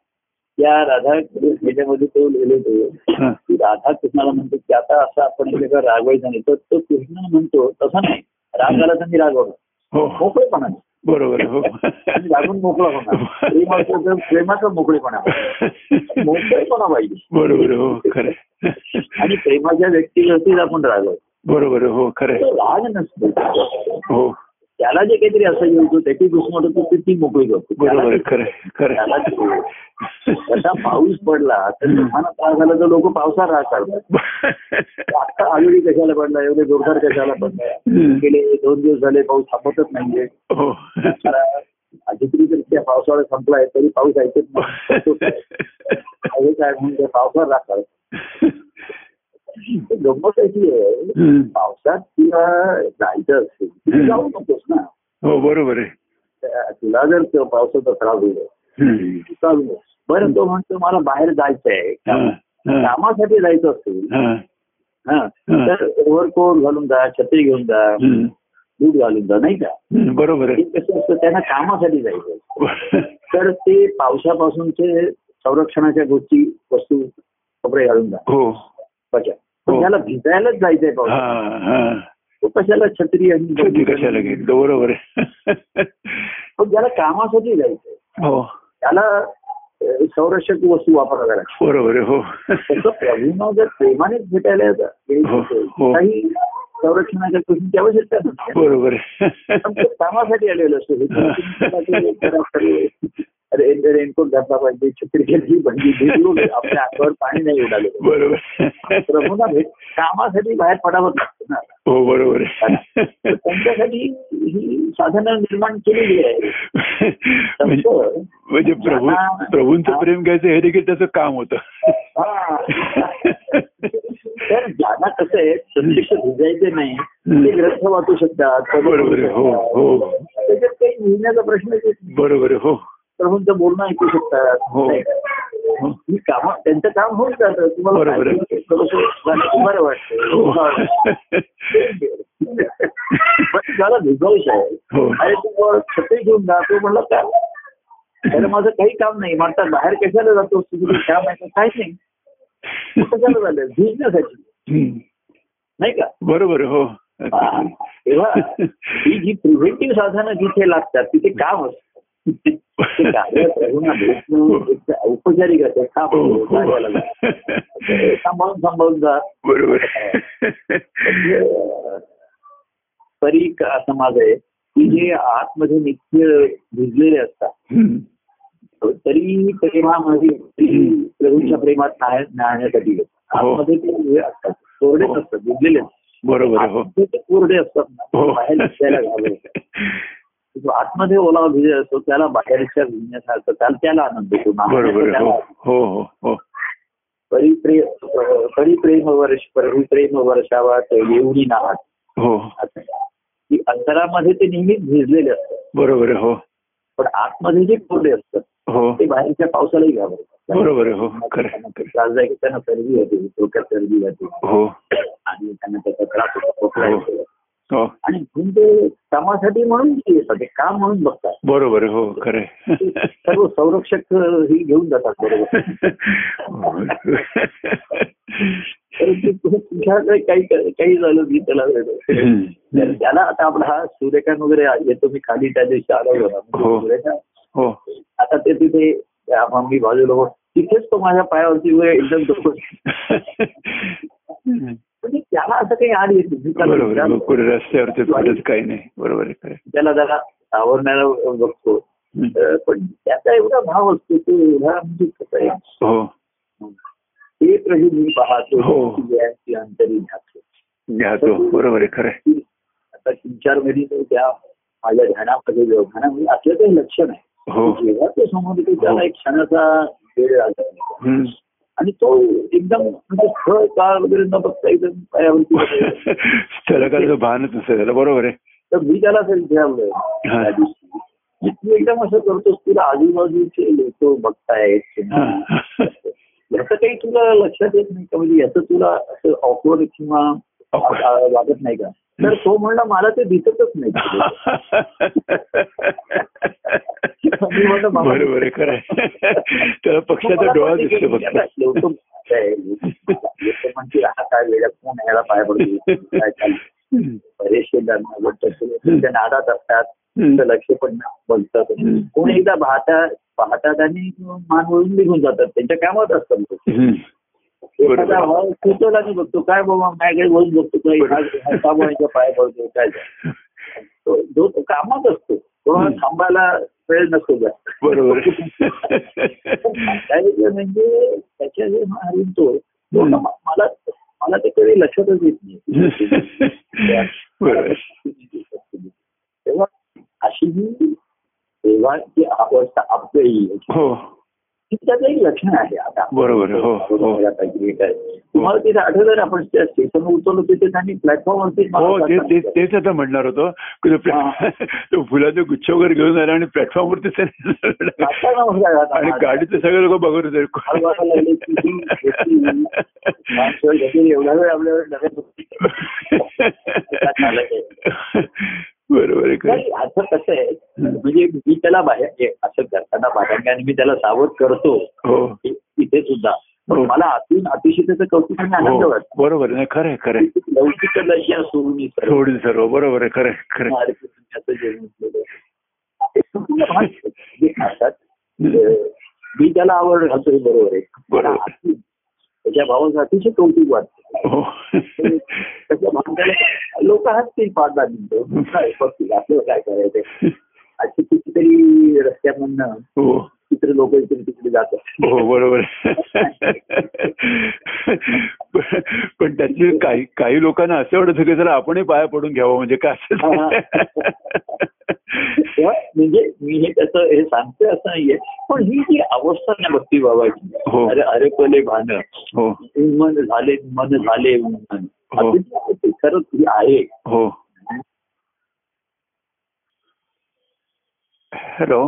Speaker 2: या राधा याच्यामध्ये तो लिहिलेलो
Speaker 1: हा.
Speaker 2: की राधा कृष्णाला म्हणतो की आता असं आपण हे का रागवायचं नाही तर तो कृष्ण म्हणतो तसं नाही राग आला तर मी रागवणार
Speaker 1: हो
Speaker 2: मोकळेपणा म्हणजे
Speaker 1: बरोबर आहे, हो.
Speaker 2: मी रागून मोकळा होणार प्रेम असलं तर प्रेमाचा मोकळेपणा
Speaker 1: हो
Speaker 2: मोकळेपणा पाहिजे
Speaker 1: बरोबर आहे, हो खरं आहे.
Speaker 2: आणि प्रेमाच्या व्यक्तीवरतीच आपण रागव
Speaker 1: बरोबर आहे, हो खरं आहे.
Speaker 2: राग नसतो
Speaker 1: हो
Speaker 2: त्याला जे काहीतरी असं येतो त्याची कृष्ण म्हणतो तर ती मोकळी करतो
Speaker 1: बरोबर आहे,
Speaker 2: त्याला-
Speaker 1: खरं आहे, खरं
Speaker 2: त्याला
Speaker 1: आहे.
Speaker 2: तसा पाऊस पडला तर लोकांना त्रास झाला तर लोक पावसात राग काढतात आता आळी कशाला पडला एवढे जोरदार कशाला पडला
Speaker 1: हम्म.
Speaker 2: गेले दोन दिवस झाले पाऊस थांबतच नाहीये
Speaker 1: हो
Speaker 2: अधिकृतरित्या पावसाळा संपलाय तरी पाऊस ऐकत नाही तो काय? अरे काय म्हणजे पावसाळा राखाल गंमत अशी आहे
Speaker 1: हम्म.
Speaker 2: पावसात तुला जायचं असेल तू
Speaker 1: हम्म.
Speaker 2: जाऊ नकोस ना
Speaker 1: हो बरोबर आहे
Speaker 2: त्या- तुला जर तो पावसाचा त्रास होईल
Speaker 1: हम्म.
Speaker 2: तू चालू नकोस. बरं तो म्हणतो मला बाहेर जायचंय
Speaker 1: हा, हा,
Speaker 2: कामासाठी जायचं असेल
Speaker 1: हा,
Speaker 2: हा तर ओव्हरकोट घालून जा छत्री घेऊन जा
Speaker 1: हम्म.
Speaker 2: दूध घालून जा नाही का
Speaker 1: हम्म, बरोबर
Speaker 2: ते
Speaker 1: आहे
Speaker 2: कसं असतं त्यांना कामासाठी जायचं असतं. तर ते पावसापासूनचे संरक्षणाच्या गोष्टी वस्तू कपडे घालून जा
Speaker 1: हो
Speaker 2: बचा पण त्याला भिजायलाच जायचंय
Speaker 1: हा
Speaker 2: पाऊस
Speaker 1: हा
Speaker 2: तो कशाला छत्री आणि
Speaker 1: कधी कशाला घेतलं बरोबर आहे
Speaker 2: पण ज्याला कामासाठी जायचंय
Speaker 1: हो
Speaker 2: त्याला अ, संरक्षक वस्तू वापराव्या लागतात
Speaker 1: बरोबर आहे हो
Speaker 2: तसं प्रभूंना जर प्रेमानेच भेटायला यायचं असेल,
Speaker 1: हो.
Speaker 2: काही संरक्षणाच्या गोष्टींची आवश्यकता नसते
Speaker 1: बरोबर आहे
Speaker 2: पण तो कामासाठी आलेलं असतो रेनकोट घातला पाहिजे छत्री घेतली पाहिजे भिजलो आपल्या अंगावर पाणी नाही उडालं
Speaker 1: बरोबर
Speaker 2: प्रभूंना भेट कामासाठी बाहेर पडावं लागतं ना
Speaker 1: हो बरोबर आहे
Speaker 2: तर त्यांच्यासाठी ही साधनं निर्माण केलेली आहे
Speaker 1: म्हणजे
Speaker 2: संत,
Speaker 1: म्हणजे प्रभू प्रभूंचं प्रेम घ्यायचं हे देखील त्याचं काम होतं
Speaker 2: हा. तर ज्यांना कसं आहे संदेश भिजायचे नाही ते ग्रंथ वाचू शकतात कविता वाचू
Speaker 1: बरोबर आहे. हो,
Speaker 2: शकतात.
Speaker 1: हो.
Speaker 2: त्याच्यात काही लिहिण्याचा प्रश्न येत नाही.
Speaker 1: बरोबर आहे, हो
Speaker 2: प्रभूंचं बोलणं ऐकू शकतात
Speaker 1: हो.
Speaker 2: नाही का?
Speaker 1: हो
Speaker 2: ही काम त्यांचं काम होऊन जातं तुम्हाला
Speaker 1: बरोबर आहे.
Speaker 2: ऐकून थोडंसं झालं की बरं
Speaker 1: हो
Speaker 2: वाटतं पण त्याला भिजवश आहे
Speaker 1: हो
Speaker 2: अरे तू छत्री घेऊन जा तो म्हणलं काय त्याला माझं काही काम नाही म्हणतात बाहेर कशाला जातो तुझं काम आहे का? काहीच नाही तू कशाला झालं भिजण्यासाठी
Speaker 1: हम्म.
Speaker 2: नाही का
Speaker 1: बरोबर आहे, हो
Speaker 2: हा. तेव्हा ही जी प्रिव्हेंटिव्ह साधनं जिथे लागतात तिथे काम असतं ते कार्य प्रभूंना भेटणं एक औपचारिक असं काम
Speaker 1: हो
Speaker 2: आहे.
Speaker 1: हो
Speaker 2: सांगायला लागलं. ते सांभाळून सांभाळून जा
Speaker 1: बरोबर आहे.
Speaker 2: म्हणजे, परी का समाज आहे की जे आतमध्ये नित्य भिजलेले असतात
Speaker 1: हम्म.
Speaker 2: तरी प्रेमामध्ये प्रभूंच्या प्रेमात नाह- नाहण्यासाठी येतात.
Speaker 1: हो.
Speaker 2: आतमध्ये ते हे असतात कोरडेच असतात भिजलेले असतात.
Speaker 1: बरोबर आहे, हो
Speaker 2: आतमध्ये ते कोरडे असतात ना
Speaker 1: हो
Speaker 2: बाहेर दिसायला घालवतात. जो आतमध्ये ओलावा भिजे असतो त्याला बाहेरच्या भिजण्याचा असतो त्याला त्याला आनंद होतो
Speaker 1: बरोबर आहे, हो हो हो हो
Speaker 2: परिप्रेम परिप्रेम वर्ष परिप्रेम वर्षावा ते येऊनी नाहात
Speaker 1: हो
Speaker 2: असं. की अंतरामध्ये ते नेहमीच भिजलेले असतात
Speaker 1: बरोबर आहे, हो
Speaker 2: पण आतमध्ये जे कोरडे असतात
Speaker 1: हो
Speaker 2: ते बाहेरच्या पावसालाही घाबरतात
Speaker 1: बरोबर आहे, हो खरं आहे, खरं
Speaker 2: त्रास जाईल की त्यांना सर्दी होते डोक्यात सर्दी होते
Speaker 1: आहे. हो
Speaker 2: आणि त्यांना त्याचा त्रास होतो खोकला
Speaker 1: हो.
Speaker 2: येतो.
Speaker 1: हो
Speaker 2: आणि म्हणून ते कामासाठी म्हणून ते येतात ते काम म्हणून बघतात
Speaker 1: बरोबर आहे, हो खरं
Speaker 2: ते
Speaker 1: आहे.
Speaker 2: सर्व संरक्षक अं, ही घेऊन जातात बरोबर परंतु तो तुझ्याकडे काही काही झालं मी त्याला वेगळं. तर
Speaker 1: हम्म.
Speaker 2: त्याला आता आपला हा सूर्यकांत वगैरे येतो मी खाली त्या दिवशी आलो
Speaker 1: हो.
Speaker 2: होता सूर्यकांत
Speaker 1: हो
Speaker 2: आता ते तिथे आपण मी बाजूला बघ- तिथेच तो माझ्या पायावरती वगैरे एकदम डोकं- म्हणजे त्याला असं काही आड येत नाही.
Speaker 1: बरोबर आहे.
Speaker 2: त्याला-
Speaker 1: कुठे रस्त्यावरती पडत काही नाही बरोबर आहे खरं आहे.
Speaker 2: त्याला जरा आवडणारा बघतो
Speaker 1: हम्म.
Speaker 2: अं, पण त्याचा एवढा भाव असतो तो एवढा म्हणजे कसं आहे
Speaker 1: हो
Speaker 2: हे प्रभू मी पाहतो
Speaker 1: हो.
Speaker 2: तुझी अंती अंतरी ध्यातो.
Speaker 1: घ्यातो बरोबर आहे खरं आहे.
Speaker 2: की आता तीन चार महिने त्या माझ्या ध्यानामध्ये व्यवधानामध्ये असलं काही लक्षण आहे
Speaker 1: हो
Speaker 2: जेव्हा तो समोर येतो त्याला एक क्षणाचा वेळ लागला
Speaker 1: हम्म.
Speaker 2: आणि तो एकदम म्हणजे स्थळ काळ वगैरे न बघता एकदम पायावरती बसलेला आहे.
Speaker 1: स्थळकाचं भानच नसेल त्याला बरोबर आहे
Speaker 2: तर मी त्याला असं विचारलं त्या दिवशी की तू एकदम असं करतोस तुला आजूबाजूचे लोक बघतायत किंवा
Speaker 1: हा.
Speaker 2: याचं काही तुला लक्षात येत नाही का म्हणजे याचं तुला असं ऑकवर्ड किंवा
Speaker 1: Awkward.
Speaker 2: आ- आ- वाटत नाही का तर तो म्हणला मला ते दिसतच नाही
Speaker 1: बरोबर आहे खरं आहे. त्याला पक्षाचा
Speaker 2: मला
Speaker 1: डोळा
Speaker 2: वाटलं की
Speaker 1: दिसतो
Speaker 2: याला
Speaker 1: फक्त
Speaker 2: लोकं बघतायत. लोकं म्हणतील, हा काय वेड्या कोण याला पाय पडतो काय चाललंय? बरेचसे जण आवडतात त्यांच्या नादात असतात त्यांचं लक्ष पण बघतात कोण एकदा पाहतात पाहतात आणि मान वळून निघून जातात त्यांच्या कामात असतात ते.
Speaker 1: हम्म.
Speaker 2: एखादा हॉल सुचवला नाही बघतो काय बाबा माझ्याकडे वळून बघतो काय हा- हा साबुआणीचा पाय पडतो काय झालं? तो- जो तो कामात असतो कोणाला
Speaker 1: हम्म.
Speaker 2: थांबायला वेळ नसतो जास्त
Speaker 1: बरोबर आहे.
Speaker 2: काय वेगळं म्हणजे त्याच्या जे मारून तो तो
Speaker 1: हम्म.
Speaker 2: ना म- मला मला ते कधी लक्षातच येत नाही
Speaker 1: बरोबर आहे.
Speaker 2: तेव्हा अशी ही देवाची अवस्था आपली
Speaker 1: हो
Speaker 2: त्याचं एक लक्षण आहे आता
Speaker 1: बरोबर आहे. हो हो
Speaker 2: आपल्याला काहीतरी काय. तुम्हाला तिथे आठवलं ना आपण त्या स्टेशनवर उतरलो तिथे त्यांनी प्लॅटफॉर्मवरती
Speaker 1: हो Oh, ते- ते तेच आता म्हणणार होतो की तो
Speaker 2: हा.
Speaker 1: प्लॅ- तो फुलाचा गुच्छ वगैरे घेऊन आला आणि प्लॅटफॉर्मवरती त्याने- आणि गाडीचे सगळे लोक बघत होते
Speaker 2: हळूहळू लागले की ही घेतली. एवढा वेळ आपल्यावर डब्यात होती.
Speaker 1: बरोबर आहे खरं
Speaker 2: नाही, असं कसं आहे म्हणजे मी त्याला बाहेर हे असं करताना बाहेर मी त्याला सावध करतो
Speaker 1: हो
Speaker 2: ति- तिथे सुद्धा पण
Speaker 1: हो.
Speaker 2: मला आतून अतिशय त्याचं कौतुक आणि आनंद
Speaker 1: हो
Speaker 2: वाटतो
Speaker 1: बरोबर आहे खरं आहे खरं आहे.
Speaker 2: लौकिक लज्जा सोडून ही सर्व
Speaker 1: सोडून सर्व बरोबर आहे खरं आहे, खरं आहे.
Speaker 2: मार्ग असं जेवण केलं. ते संपूर्ण भाग जे खातात,
Speaker 1: हम्म.
Speaker 2: अं, मी त्याला आवड घालतो हे बरोबर आहे
Speaker 1: बरोबर.
Speaker 2: मला अति- त्याच्या भावाचं अतिशय कौतुक वाटतं
Speaker 1: हो
Speaker 2: त्याच्या भावाला लोक हसतील पाच दहा मिनिटं काय बघतील आपल्याला काय करायचं अशी कितीतरी रस्त्यामधनं
Speaker 1: हो
Speaker 2: चित्र लोक इकडे तिकडे जातात
Speaker 1: हो बरोबर आहे. पण- पण त्यातले काही काही लोकांना असं वाटत की जरा आपणही पाया पडून घ्यावं म्हणजे काय असेल ते.
Speaker 2: तेव्हा म्हणजे मी हे त्याचं हे सांगते असं नाहीये पण ही जी अवस्था ना भक्ती बाबाची
Speaker 1: हो.
Speaker 2: अरे अरे पले भान
Speaker 1: हो
Speaker 2: मन झाले मन झाले मन
Speaker 1: हो.
Speaker 2: असं जे आहे ते खरंच ही आहे
Speaker 1: हो हॅलो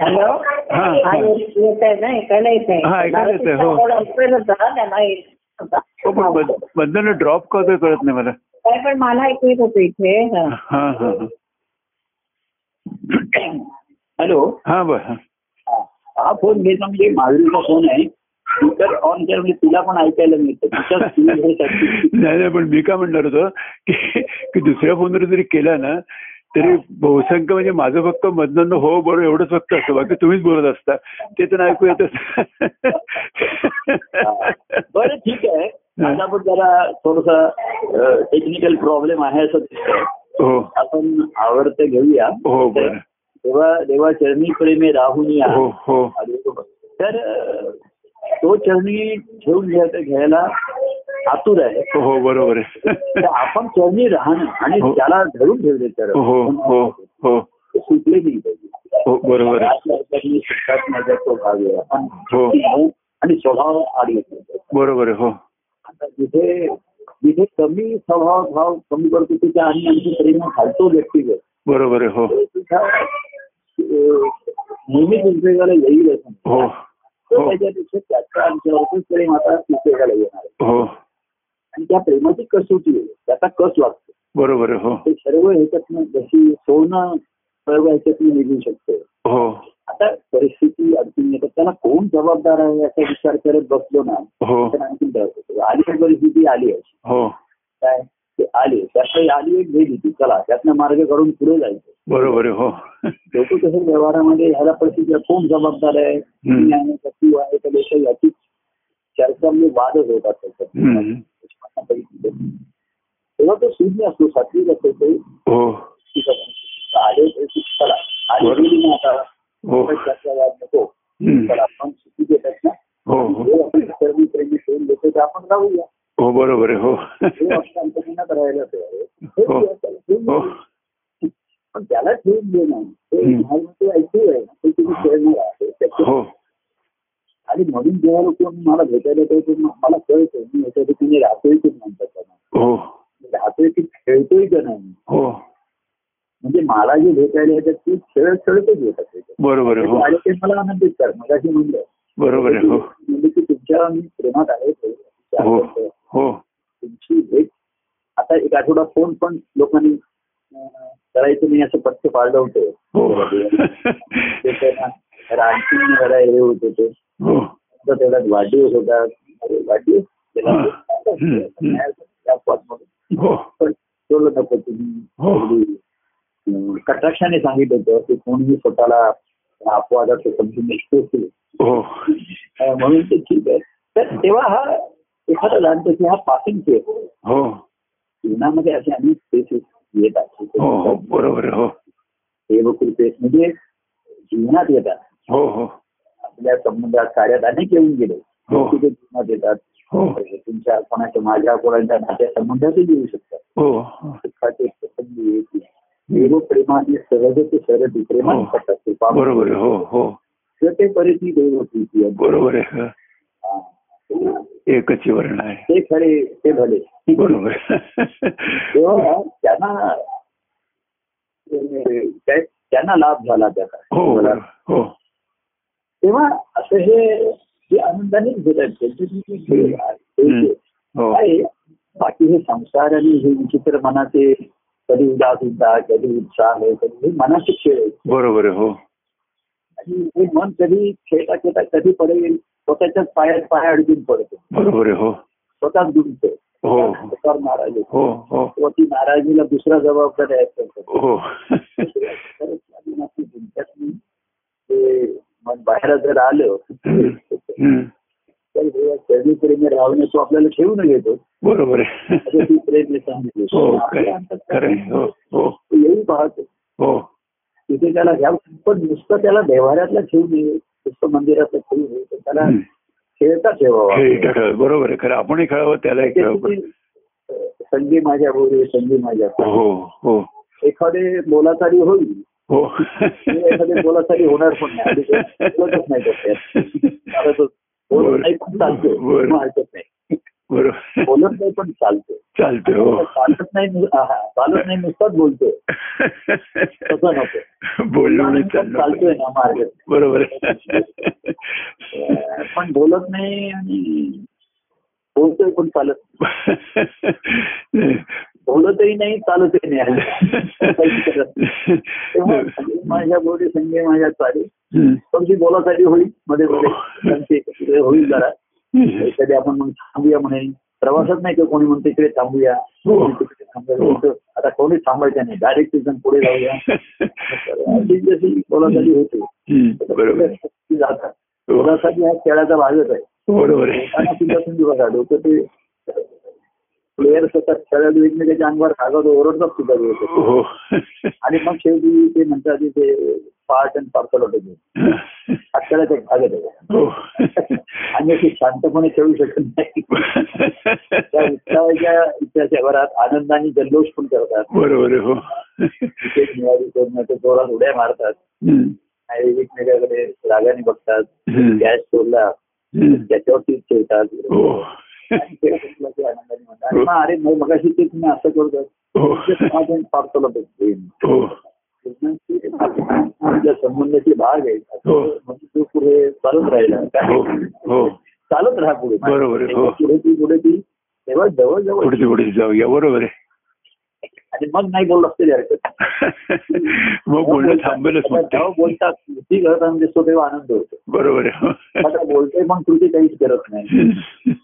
Speaker 3: हॅलो
Speaker 1: हा, हा.
Speaker 3: हा येत येत आहे ना ऐकायला येत आहे
Speaker 1: हा, ऐकायला येत आहे, हो.
Speaker 3: मला तिचा आवाज होता, त्यांना येत होता.
Speaker 1: हो पण मध- मधनं ड्रॉप करतोय कळत नाही मला
Speaker 3: काय पण मला ऐकू येत होतं इथे हा.
Speaker 1: हा हा हा.
Speaker 2: हॅलो
Speaker 1: हा बर हा.
Speaker 2: हा हा फोन घेतला म्हणजे माधुरीचा फोन आहे स्पीकर ऑन केला म्हणजे तुला पण ऐकायला मिळतं तुझ्या स्पीकरसाठी.
Speaker 1: नाही नाही पण मी काय म्हणणार होतो की की दुसऱ्या फोनवर जरी केला ना तरी बहुसंख्य म्हणजे माझं फक्त मधनं हो बरोबर एवढंच फक्त असतं बाकी तुम्हीच बोलत असता ते तर ऐकू येत
Speaker 2: बरं ठीक आहे आता पण जरा थोडासा टेक्निकल प्रॉब्लेम आहे असं दिसतंय
Speaker 1: हो
Speaker 2: आपण आवर्त घेऊया
Speaker 1: हो बरं
Speaker 2: तेव्हा देवा चरणी प्रेमे राहून या
Speaker 1: हो हो
Speaker 2: तर अ, तो चरणी ठेवून घ्यायचं घ्यायला आतुर आहे
Speaker 1: हो बरोबर
Speaker 2: तर
Speaker 1: आहे
Speaker 2: आपण चरणी राहणं आणि
Speaker 1: हो.
Speaker 2: त्याला धरून ठेवले तर
Speaker 1: हो हो हो
Speaker 2: सुटले नाही पाहिजे
Speaker 1: हो बरोबर आहे
Speaker 2: आपल्या चरणी सुखात माझा तो भाग आहे आपण
Speaker 1: हो
Speaker 2: भाऊ आणि स्वभाव आले पाहिजे.
Speaker 1: बरोबर आहे हो
Speaker 2: आता जिथे जिथे कमी स्वभाव भाव कमी करतो तिथे आणि आमची प्रेम घालतो व्यक्तिगत
Speaker 1: बरोबर आहे हो
Speaker 2: तो सुद्धा, अ, नेहमीच उद्रेकाला येईल असं नाही.
Speaker 1: हो
Speaker 2: तर
Speaker 1: हो.
Speaker 2: त्याच्यापेक्षा त्याचा आमच्यावरतीच प्रेम आता उद्रेकाला येणार आहे.
Speaker 1: हो
Speaker 2: आणि त्या प्रेमाची कसोटी आहे त्याचा कस लागतो
Speaker 1: बरोबर आहे हो
Speaker 2: ते सर्व ह्याच्यातनं जशी सोनं सर्व ह्याच्यातनं निघू शकते
Speaker 1: हो
Speaker 2: आता परिस्थिती अडचणी येतात त्याला कोण जबाबदार आहे याचा विचार करत बसलो ना
Speaker 1: हो
Speaker 2: तर आणखी त्रास होतो आली आहे परिस्थिती आली आहे
Speaker 1: हो
Speaker 2: काय ते आली त्यातनं आली एक गेली ती चला त्यातनं मार्ग काढून पुढे जायचं
Speaker 1: बरोबर आहे हो
Speaker 2: लोक कसं व्यवहारामध्ये ह्याला परिस्थिती कोण जबाबदार आहे
Speaker 1: हम्म.
Speaker 2: कोणी आहे, किती आहे का देश आहे, याची चर्चा म्हणजे वादच होतात त्याच्यात.
Speaker 1: हम्म.
Speaker 2: परिस्थितीत. तेव्हा तो शून्य असतो सातवी असतो ते
Speaker 1: हो
Speaker 2: आले ते चला आले
Speaker 1: बरोबर.
Speaker 2: गेली ना आता
Speaker 1: हो
Speaker 2: पण त्यातला वाद नको
Speaker 1: हम्म.
Speaker 2: तर आपण सुखी देतात ना
Speaker 1: हो हो.
Speaker 2: हे आपण सर्व प्रेमी ठेवून देतो ते आपण राहूया
Speaker 1: हो बरोबर आहे हो
Speaker 2: हे आपल्या अंतर्मनात राहायला तयार आहे.
Speaker 1: हो.
Speaker 2: हे त्याला ठेवून
Speaker 1: हो
Speaker 2: देऊ. पण त्याला ठेवून देणं हे
Speaker 1: हम्म.
Speaker 2: महाराजांचं ऐकू आहे ते तुम्ही खेळणार आहे त्याच्यात
Speaker 1: हो
Speaker 2: आणि म्हणून जेव्हा लोक मला भेटायला येतात तेव्हा मला कळतं मी याच्या ठिकाणी राहतोय की म्हणतात त्यांना
Speaker 1: हो
Speaker 2: राहतोय की खेळतोय का नाही
Speaker 1: हो
Speaker 2: म्हणजे मला जे भेटायला येतात ते खेळ खेळतच येतात त्याच्यात.
Speaker 1: बरोबर आहे हो
Speaker 2: आणि ते मला आनंदित कर मला अशी म्हणलं
Speaker 1: बरोबर आहे हो
Speaker 2: म्हणजे की तुमच्या मी प्रेमात आहे तुमची
Speaker 1: हो
Speaker 2: आवडत आहे.
Speaker 1: हो
Speaker 2: तुमची भेट आता एक आठवडा फोन पण लोकांनी अं, करायचं नाही असं पथ्य पाळलं होतं
Speaker 1: हो
Speaker 2: ते त्यांना रानटी वगैरे हे होत होते
Speaker 1: हो
Speaker 2: तर त्याच्यात वाढदिवस होता अरे वाढदिवस त्याला
Speaker 1: हं. हं. हं.
Speaker 2: त्या पॉटमध्ये.
Speaker 1: हो
Speaker 2: पण बोललं नको तुम्ही
Speaker 1: हो.
Speaker 2: अगदी, अं, कटाक्षाने सांगितलं होतं की कोणीही स्वतःला अपवादाचं समजून नसते
Speaker 1: हो
Speaker 2: म्हणून ते ठीक आहे तर तेव्हा हा एखादा जाणतो की हा पासिंग फेज आहे.
Speaker 1: हो
Speaker 2: जीवनामध्ये असे अनेक फेसेस येत आहेत
Speaker 1: हो हो बरोबर आहे हो
Speaker 2: देवकुल फेस म्हणजे जीवनात येतात
Speaker 1: हो हो
Speaker 2: आपल्या संबंधात कार्यात अनेक येऊन गेले
Speaker 1: हो.
Speaker 2: ते जीवनात येतात
Speaker 1: हो
Speaker 2: तुमच्या कोणाच्या माझ्या कोणाच्या नात्या संबंधातही येऊ शकतात
Speaker 1: हो
Speaker 2: सुखाचे प्रसंग येतील देव प्रेमाने सहजते सरद प्रेमाने
Speaker 1: हो.
Speaker 2: करतात ते पाहून.
Speaker 1: बरोबर आहे हो हो
Speaker 2: तर ते परिती देव प्रीती आहे.
Speaker 1: बरोबर आहे
Speaker 2: हा.
Speaker 1: एकच वर्ण आहे
Speaker 2: ते खरे ते भले
Speaker 1: बरोबर
Speaker 2: तेव्हा त्यांना अं, काय- त्यांना लाभ झाला त्याचा
Speaker 1: हो बरोबर. हो
Speaker 2: तेव्हा असं हे जे आनंदाने भेटत त्यांची जी ती खेळ आहे,
Speaker 1: हम्म.
Speaker 2: ते
Speaker 1: हो
Speaker 2: आहे. बाकी हे संसार आणि हे विचित्र मनाचे कधी उदास होता कधी उत्साह आहे कधी हे मनाचे खेळ आहेत.
Speaker 1: बरोबर आहे हो
Speaker 2: आणि हे मन कधी खेळता खेळता कधी पडेल स्वतःच्याच पायात पाय अडकून पडतो
Speaker 1: बरोबर आहे हो
Speaker 2: स्वतःच गुंतो
Speaker 1: हो.
Speaker 2: स्वतः नाराज होतो
Speaker 1: हो हो
Speaker 2: किंवा ती नाराजीला दुसरा जबाबदारी आहे त्याच्यात.
Speaker 1: हो
Speaker 2: खरंच आणि मग ती जिंकत नाही. ते
Speaker 1: हो,
Speaker 2: मन बाहेर जर आलं तर
Speaker 1: हम्म.
Speaker 2: हे चरणी प्रेमी राहून तो आपल्याला ठेवून घेतो
Speaker 1: बरोबर आहे
Speaker 2: असं ती प्रेमी
Speaker 1: हो
Speaker 2: सांगितलं आपल्या
Speaker 1: खरं
Speaker 2: अंतःकरणात
Speaker 1: खरं आहे. हो हो
Speaker 2: तो येऊन पाहतो
Speaker 1: हो
Speaker 2: तिथे त्याला घ्या पण नुसतं त्याला देवाऱ्यातला ठेवू नये नुसतं मंदिरातलं ठेवू नये तर त्याला
Speaker 1: हम्म.
Speaker 2: खेळता ठेवावा
Speaker 1: खेळ खेळावं बरोबर आहे खरं आपणही खेळावं त्यालाही खेळावं
Speaker 2: त्याच्यासाठी, अं, संगी माझ्या बोरी संगी माझ्या
Speaker 1: पण- हो हो
Speaker 2: एखादे बोलाचारी होईल
Speaker 1: हो
Speaker 2: एखादे बोलाचारी होणार पण नाही आणि ते बोलतच नाही डोक्यात.
Speaker 1: बरोबर
Speaker 2: बोलत नाही पण चालतो
Speaker 1: बरं.
Speaker 2: मग हरकत नाही
Speaker 1: हो.
Speaker 2: बोलत नाही पण चालतो
Speaker 1: चालतंय हो
Speaker 2: चालत नाही नु- हा, हा. चालत नाही नुसताच बोलतोय तसं नको
Speaker 1: बोललो म्हणजे
Speaker 2: पण चालतोय ना मार्ग
Speaker 1: बरोबर
Speaker 2: अं, पण बोलत नाही आणि बोलतोय पण चालत बोलतही नाही चालतही नाही काही करत नाही. तेव्हा माझ्या बोली संगे माझ्या चाली तुमची बोलासाठी होईल मध्ये मध्ये त्यांची एकत्र होईल जरा कधी आपण मग थांबूया म्हणे प्रवासात नाही का कोणी म्हणते इकडे थांबूया
Speaker 1: हो.
Speaker 2: कोणी तिकडे थांबूया
Speaker 1: हो.
Speaker 2: इथं आता कोणी थांबायचं नाही डायरेक्ट तिथून पुढे जाऊया तर
Speaker 1: हो.
Speaker 2: अशी जशी बोलासाठी होते
Speaker 1: बरोबर आहे.
Speaker 2: ती जातात बोलासाठी हा खेळाचा भागच आहे
Speaker 1: बरोबर
Speaker 2: लोकांना
Speaker 1: आहे
Speaker 2: सुद्धा तुम्ही बघा डोकं ते प्लेअर सतत खेळात एकमेकाच्या अंगावर कागद ओरडतात सुद्धा दिवस
Speaker 1: हो
Speaker 2: आणि मग शेवटी ते म्हणतात की ते पार्ट अँड पार्सल होते हा खेळाचा एक भागच आहे
Speaker 1: हो
Speaker 2: आणि ते शांतपणे खेळू शकत नाही त्या उत्साहाच्या इतिहासाच्या भरात आनंदाने जल्लोष पण करतात
Speaker 1: बरोबर आहे हो
Speaker 2: क्रिकेट मिळाली करण्याच्या जोरात उड्या मारतात
Speaker 1: हम्म.
Speaker 2: आणि एकमेकाकडे रागाने बघतात
Speaker 1: हम्म.
Speaker 2: कॅच सोडला
Speaker 1: हम्म.
Speaker 2: त्याच्यावरती खेळतात
Speaker 1: हो
Speaker 2: आणि खेळ संपला की आनंदाने म्हणतात आणि मग अरे मग मगाशी ते तुम्ही असं करतात
Speaker 1: हो
Speaker 2: आपण पार्सल होतो प्रेम
Speaker 1: हो
Speaker 2: आपल्या संबंधाचे भाग आहे
Speaker 1: हो.
Speaker 2: म्हणजे तो पुढे चालत राहिला
Speaker 1: हो हो
Speaker 2: चालत राहा पुढे
Speaker 1: बरोबर आहे, हो.
Speaker 2: पुढे ती पुढे ती तेव्हा जवळ जवळ
Speaker 1: पुढची पुढची जाऊया बरोबर आहे
Speaker 2: आणि मग नाही बोलत असते हरकत
Speaker 1: मग बोलणं थांबेलच मग ते.
Speaker 2: तेव्हा बोलतात कृती करत आनंद दिसतो तेव्हा आनंद होतो
Speaker 1: बरोबर आहे
Speaker 2: आता बोलते पण कृती काहीच करत नाही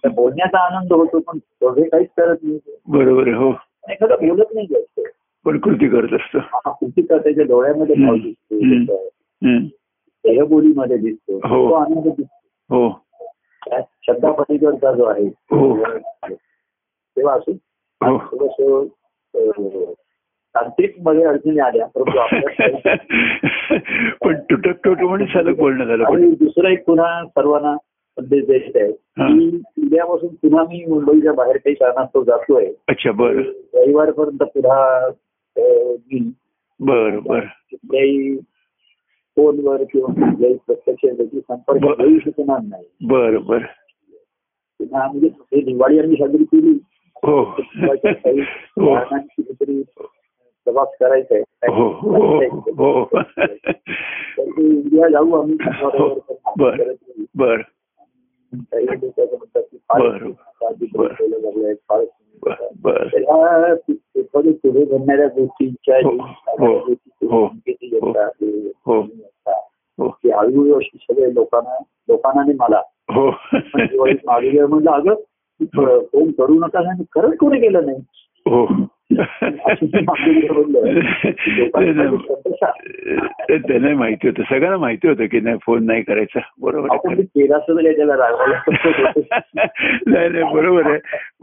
Speaker 2: तर बोलण्याचा आनंद होतो पण दोघे काहीच करत नाही
Speaker 1: बरोबर आहे हो
Speaker 2: एखादा बोलत नाही जास्त
Speaker 1: पण कृती करत असतो
Speaker 2: हा कृती करताच्या डोळ्यामध्ये भाव
Speaker 1: हम्म.
Speaker 2: दिसतो
Speaker 1: हम्म.
Speaker 2: देहबोलीमध्ये दिसतो
Speaker 1: हो.
Speaker 2: तो आनंद दिसतो
Speaker 1: हो
Speaker 2: त्या शब्दापलीकडचा जो आहे
Speaker 1: हो.
Speaker 2: तेव्हा असो
Speaker 1: हो.
Speaker 2: थोडस तांत्रिक मध्ये अडचणी आल्या परंतु आपल्या
Speaker 1: पण तुटक तुट म्हणून सलग बोलणं झालं पण
Speaker 2: आणि दुसरं एक पुन्हा सर्वांना संदेश द्यायचा आहे
Speaker 1: हा.
Speaker 2: की उद्यापासून पुन्हा मी मुंबईच्या बाहेर काही कारणास्तव जातोय
Speaker 1: अच्छा बर
Speaker 2: रविवारपर्यंत पुन्हा अ, मी
Speaker 1: बर बर
Speaker 2: कुठल्याही फोनवर किंवा कुठल्याही प्रत्यक्ष त्याची संपर्क
Speaker 1: बरं.
Speaker 2: करू शकणार नाही
Speaker 1: बर बर
Speaker 2: पुन्हा म्हणजे हे दिवाळी आम्ही साजरी केली
Speaker 1: हो
Speaker 2: दिवाळीच्या काही
Speaker 1: हो
Speaker 2: कारणांनी कुठेतरी प्रवास करायचा आहे
Speaker 1: हो हो हो
Speaker 2: तर ते इंडिया जाऊ आम्ही
Speaker 1: बरं. बर
Speaker 2: काही लोकं म्हणतात की फार
Speaker 1: बरं.
Speaker 2: काळजी करून ठेवलं लागलं आहे, फार
Speaker 1: बर बर
Speaker 2: त्याला एखाद्या पुढे घडणाऱ्या गोष्टींच्या
Speaker 1: हो, हो, हो,
Speaker 2: संकेती येतात, ते
Speaker 1: हो.
Speaker 2: असतात.
Speaker 1: हो
Speaker 2: की हळूहळू अशी सगळे लोकांना लोकांना आणि मला
Speaker 1: हो
Speaker 2: पण दिवाळीत मागे गेलं म्हणलं अगं तू फ- फोन करू नका आणि खरंच कोणी केलं नाही
Speaker 1: हो
Speaker 2: असं ते मागे गेलं म्हणलं. लोकांना प्रत्यक्षात
Speaker 1: ते- त्यांना माहिती होतं सगळ्यांना माहिती होतं की नाही फोन नाही करायचा बरोबर आहे
Speaker 2: आपण ते केलं असतं तर काय त्याला रागवायला पण
Speaker 1: नाही नाही बरोबर आहे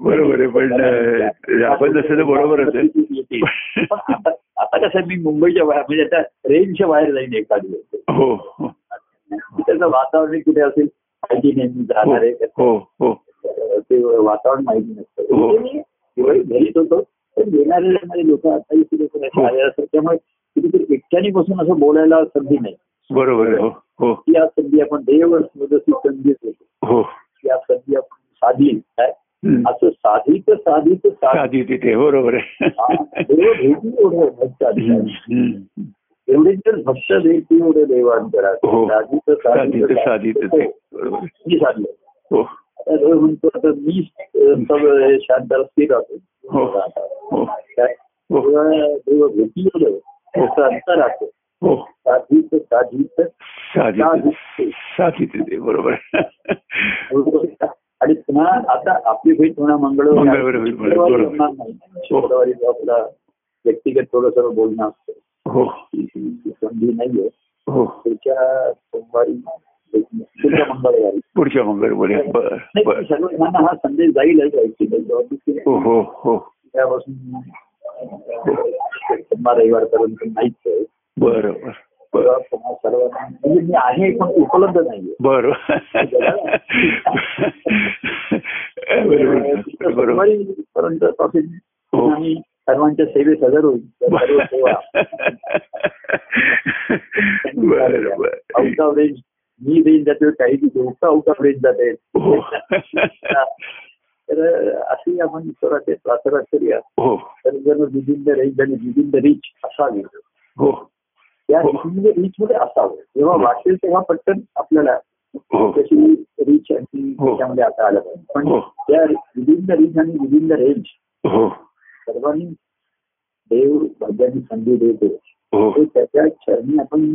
Speaker 1: बरोबर आहे पण अं, आपण जसं ते बरोबर असेल
Speaker 2: येते. पण आता आता कसं आहे, मी मुंबईच्या बाहेर म्हणजे आता रेंजच्या बाहेर जाईन एखादी वेळेस.
Speaker 1: हो हो
Speaker 2: त्याचं वातावरण कुठे असेल माहिती नाही मी जाणार आहे कसं
Speaker 1: हो हो
Speaker 2: ते वातावरण माहिती
Speaker 1: हो.
Speaker 2: नसतं म्हणजे मी दिवाळी घरीच होतो पण येणारे लोक आता इथे लोक
Speaker 1: हो.
Speaker 2: आले असतात त्यामुळे कुठेतरी एकट्याने बसून असं बोलायला संधी नाही
Speaker 1: बरोबर आहे हो हो
Speaker 2: ती आज संधी आपण देव मदती संधी होतो
Speaker 1: हो
Speaker 2: ती आज संधी आपण साधली काय
Speaker 1: हम्म.
Speaker 2: असं साधित साधित साध
Speaker 1: आधी तिथे बरोबर आहे
Speaker 2: देव भेटी एवढं भक्त
Speaker 1: हम्म,
Speaker 2: आहे.
Speaker 1: हम्म.
Speaker 2: एवढे जर भक्त भेटी एवढे देवांतरा
Speaker 1: हो.
Speaker 2: साधित साधित
Speaker 1: साधी ते साधी तिथे बरोबर आहे.
Speaker 2: मी साधलं
Speaker 1: हो
Speaker 2: आता रवी म्हणतो आता मी अं, सगळं शांत स्थिर
Speaker 1: हो.
Speaker 2: राहतो
Speaker 1: हो
Speaker 2: काय?
Speaker 1: हो.
Speaker 2: तेव्हा देव भेटी एवढं त्याचं अंतर असतं
Speaker 1: हो
Speaker 2: साधित साधित
Speaker 1: साधी
Speaker 2: साधित
Speaker 1: साधी तिथे बरोबर आहे.
Speaker 2: आणि पुन्हा आता आपली भेट होणार मंगळवारी
Speaker 1: मंगळवारी होईल, बरोबर.
Speaker 2: शुक्रवारी होणार नाही. शुक्रवारी जो आपला व्यक्तिगत थोडस बोलणं असतं
Speaker 1: हो
Speaker 2: ती- ती- ती संधी नाहीये
Speaker 1: हो
Speaker 2: पुढच्या सोमवारी पुढच्या मंगळवारी
Speaker 1: पुढच्या मंगळवारी बर
Speaker 2: नाही,
Speaker 1: बर
Speaker 2: सर्वांना हा संदेश जाईलच ऐकतील
Speaker 1: हो हो हो
Speaker 2: त्यापासून सोमवार रविवारपर्यंत नाहीच आहे
Speaker 1: बर बर बर
Speaker 2: तेव्हा पुन्हा सर्वांना म्हणजे मी आहे पण उपलब्ध नाहीये
Speaker 1: बर
Speaker 2: तर
Speaker 1: बरोबर
Speaker 2: म्हणजे सोमवारीपर्यंत पासून
Speaker 1: हो.
Speaker 2: आणि सर्वांच्या सेवेत हजर होईल तर सर्व सेवा
Speaker 1: बर बर
Speaker 2: आउट ऑफ रेंज मी रेंज जाते काही लोक आउट ऑफ रेंज जाते
Speaker 1: हो
Speaker 2: तर अशी आपण ईश्वराचे प्रार्थना करूया
Speaker 1: हो
Speaker 2: तर जर विदिन द रेंज आणि विदिन द रिच असावी
Speaker 1: हो
Speaker 2: या
Speaker 1: हो.
Speaker 2: विदिन द रिच मध्ये असावं जेव्हा वाटेल तेव्हा पटकन आपल्याला
Speaker 1: हो
Speaker 2: त्याची रिच आणि
Speaker 1: हो.
Speaker 2: त्याच्यामध्ये आता आलं पाहिजे पण
Speaker 1: हो.
Speaker 2: त्या विदिन द रिच आणि विदिन द रेंज
Speaker 1: हो
Speaker 2: सर्वांनी देव भाग्याने संधी देतो
Speaker 1: हो
Speaker 2: हे त्याच्या चरणी आपण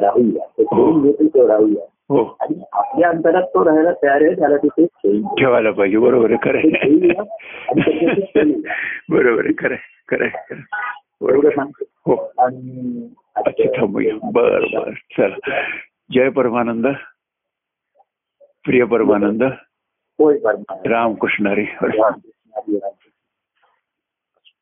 Speaker 2: राहूया तो
Speaker 1: हो.
Speaker 2: घेऊन घेतो तो राहूया
Speaker 1: हो
Speaker 2: आणि आपल्या अंतरात तो राहायला तयार आहे त्याला तिथे ठेवून देऊ.
Speaker 1: ठेवायला पाहिजे बरोबर आहे खरं
Speaker 2: ते ठेवूया आणि त्याच्याशी खेळूया.
Speaker 1: बरोबर आहे खरं खरं खरं
Speaker 2: एवढं
Speaker 1: बरोबर
Speaker 2: सांगतो
Speaker 1: हो
Speaker 2: आणि
Speaker 1: अच्छा थांबूया बर बर चला जय परमानंद प्रिय परमानंद
Speaker 2: होय परमानंद.
Speaker 1: रामकृष्ण हरी हरी
Speaker 2: राम.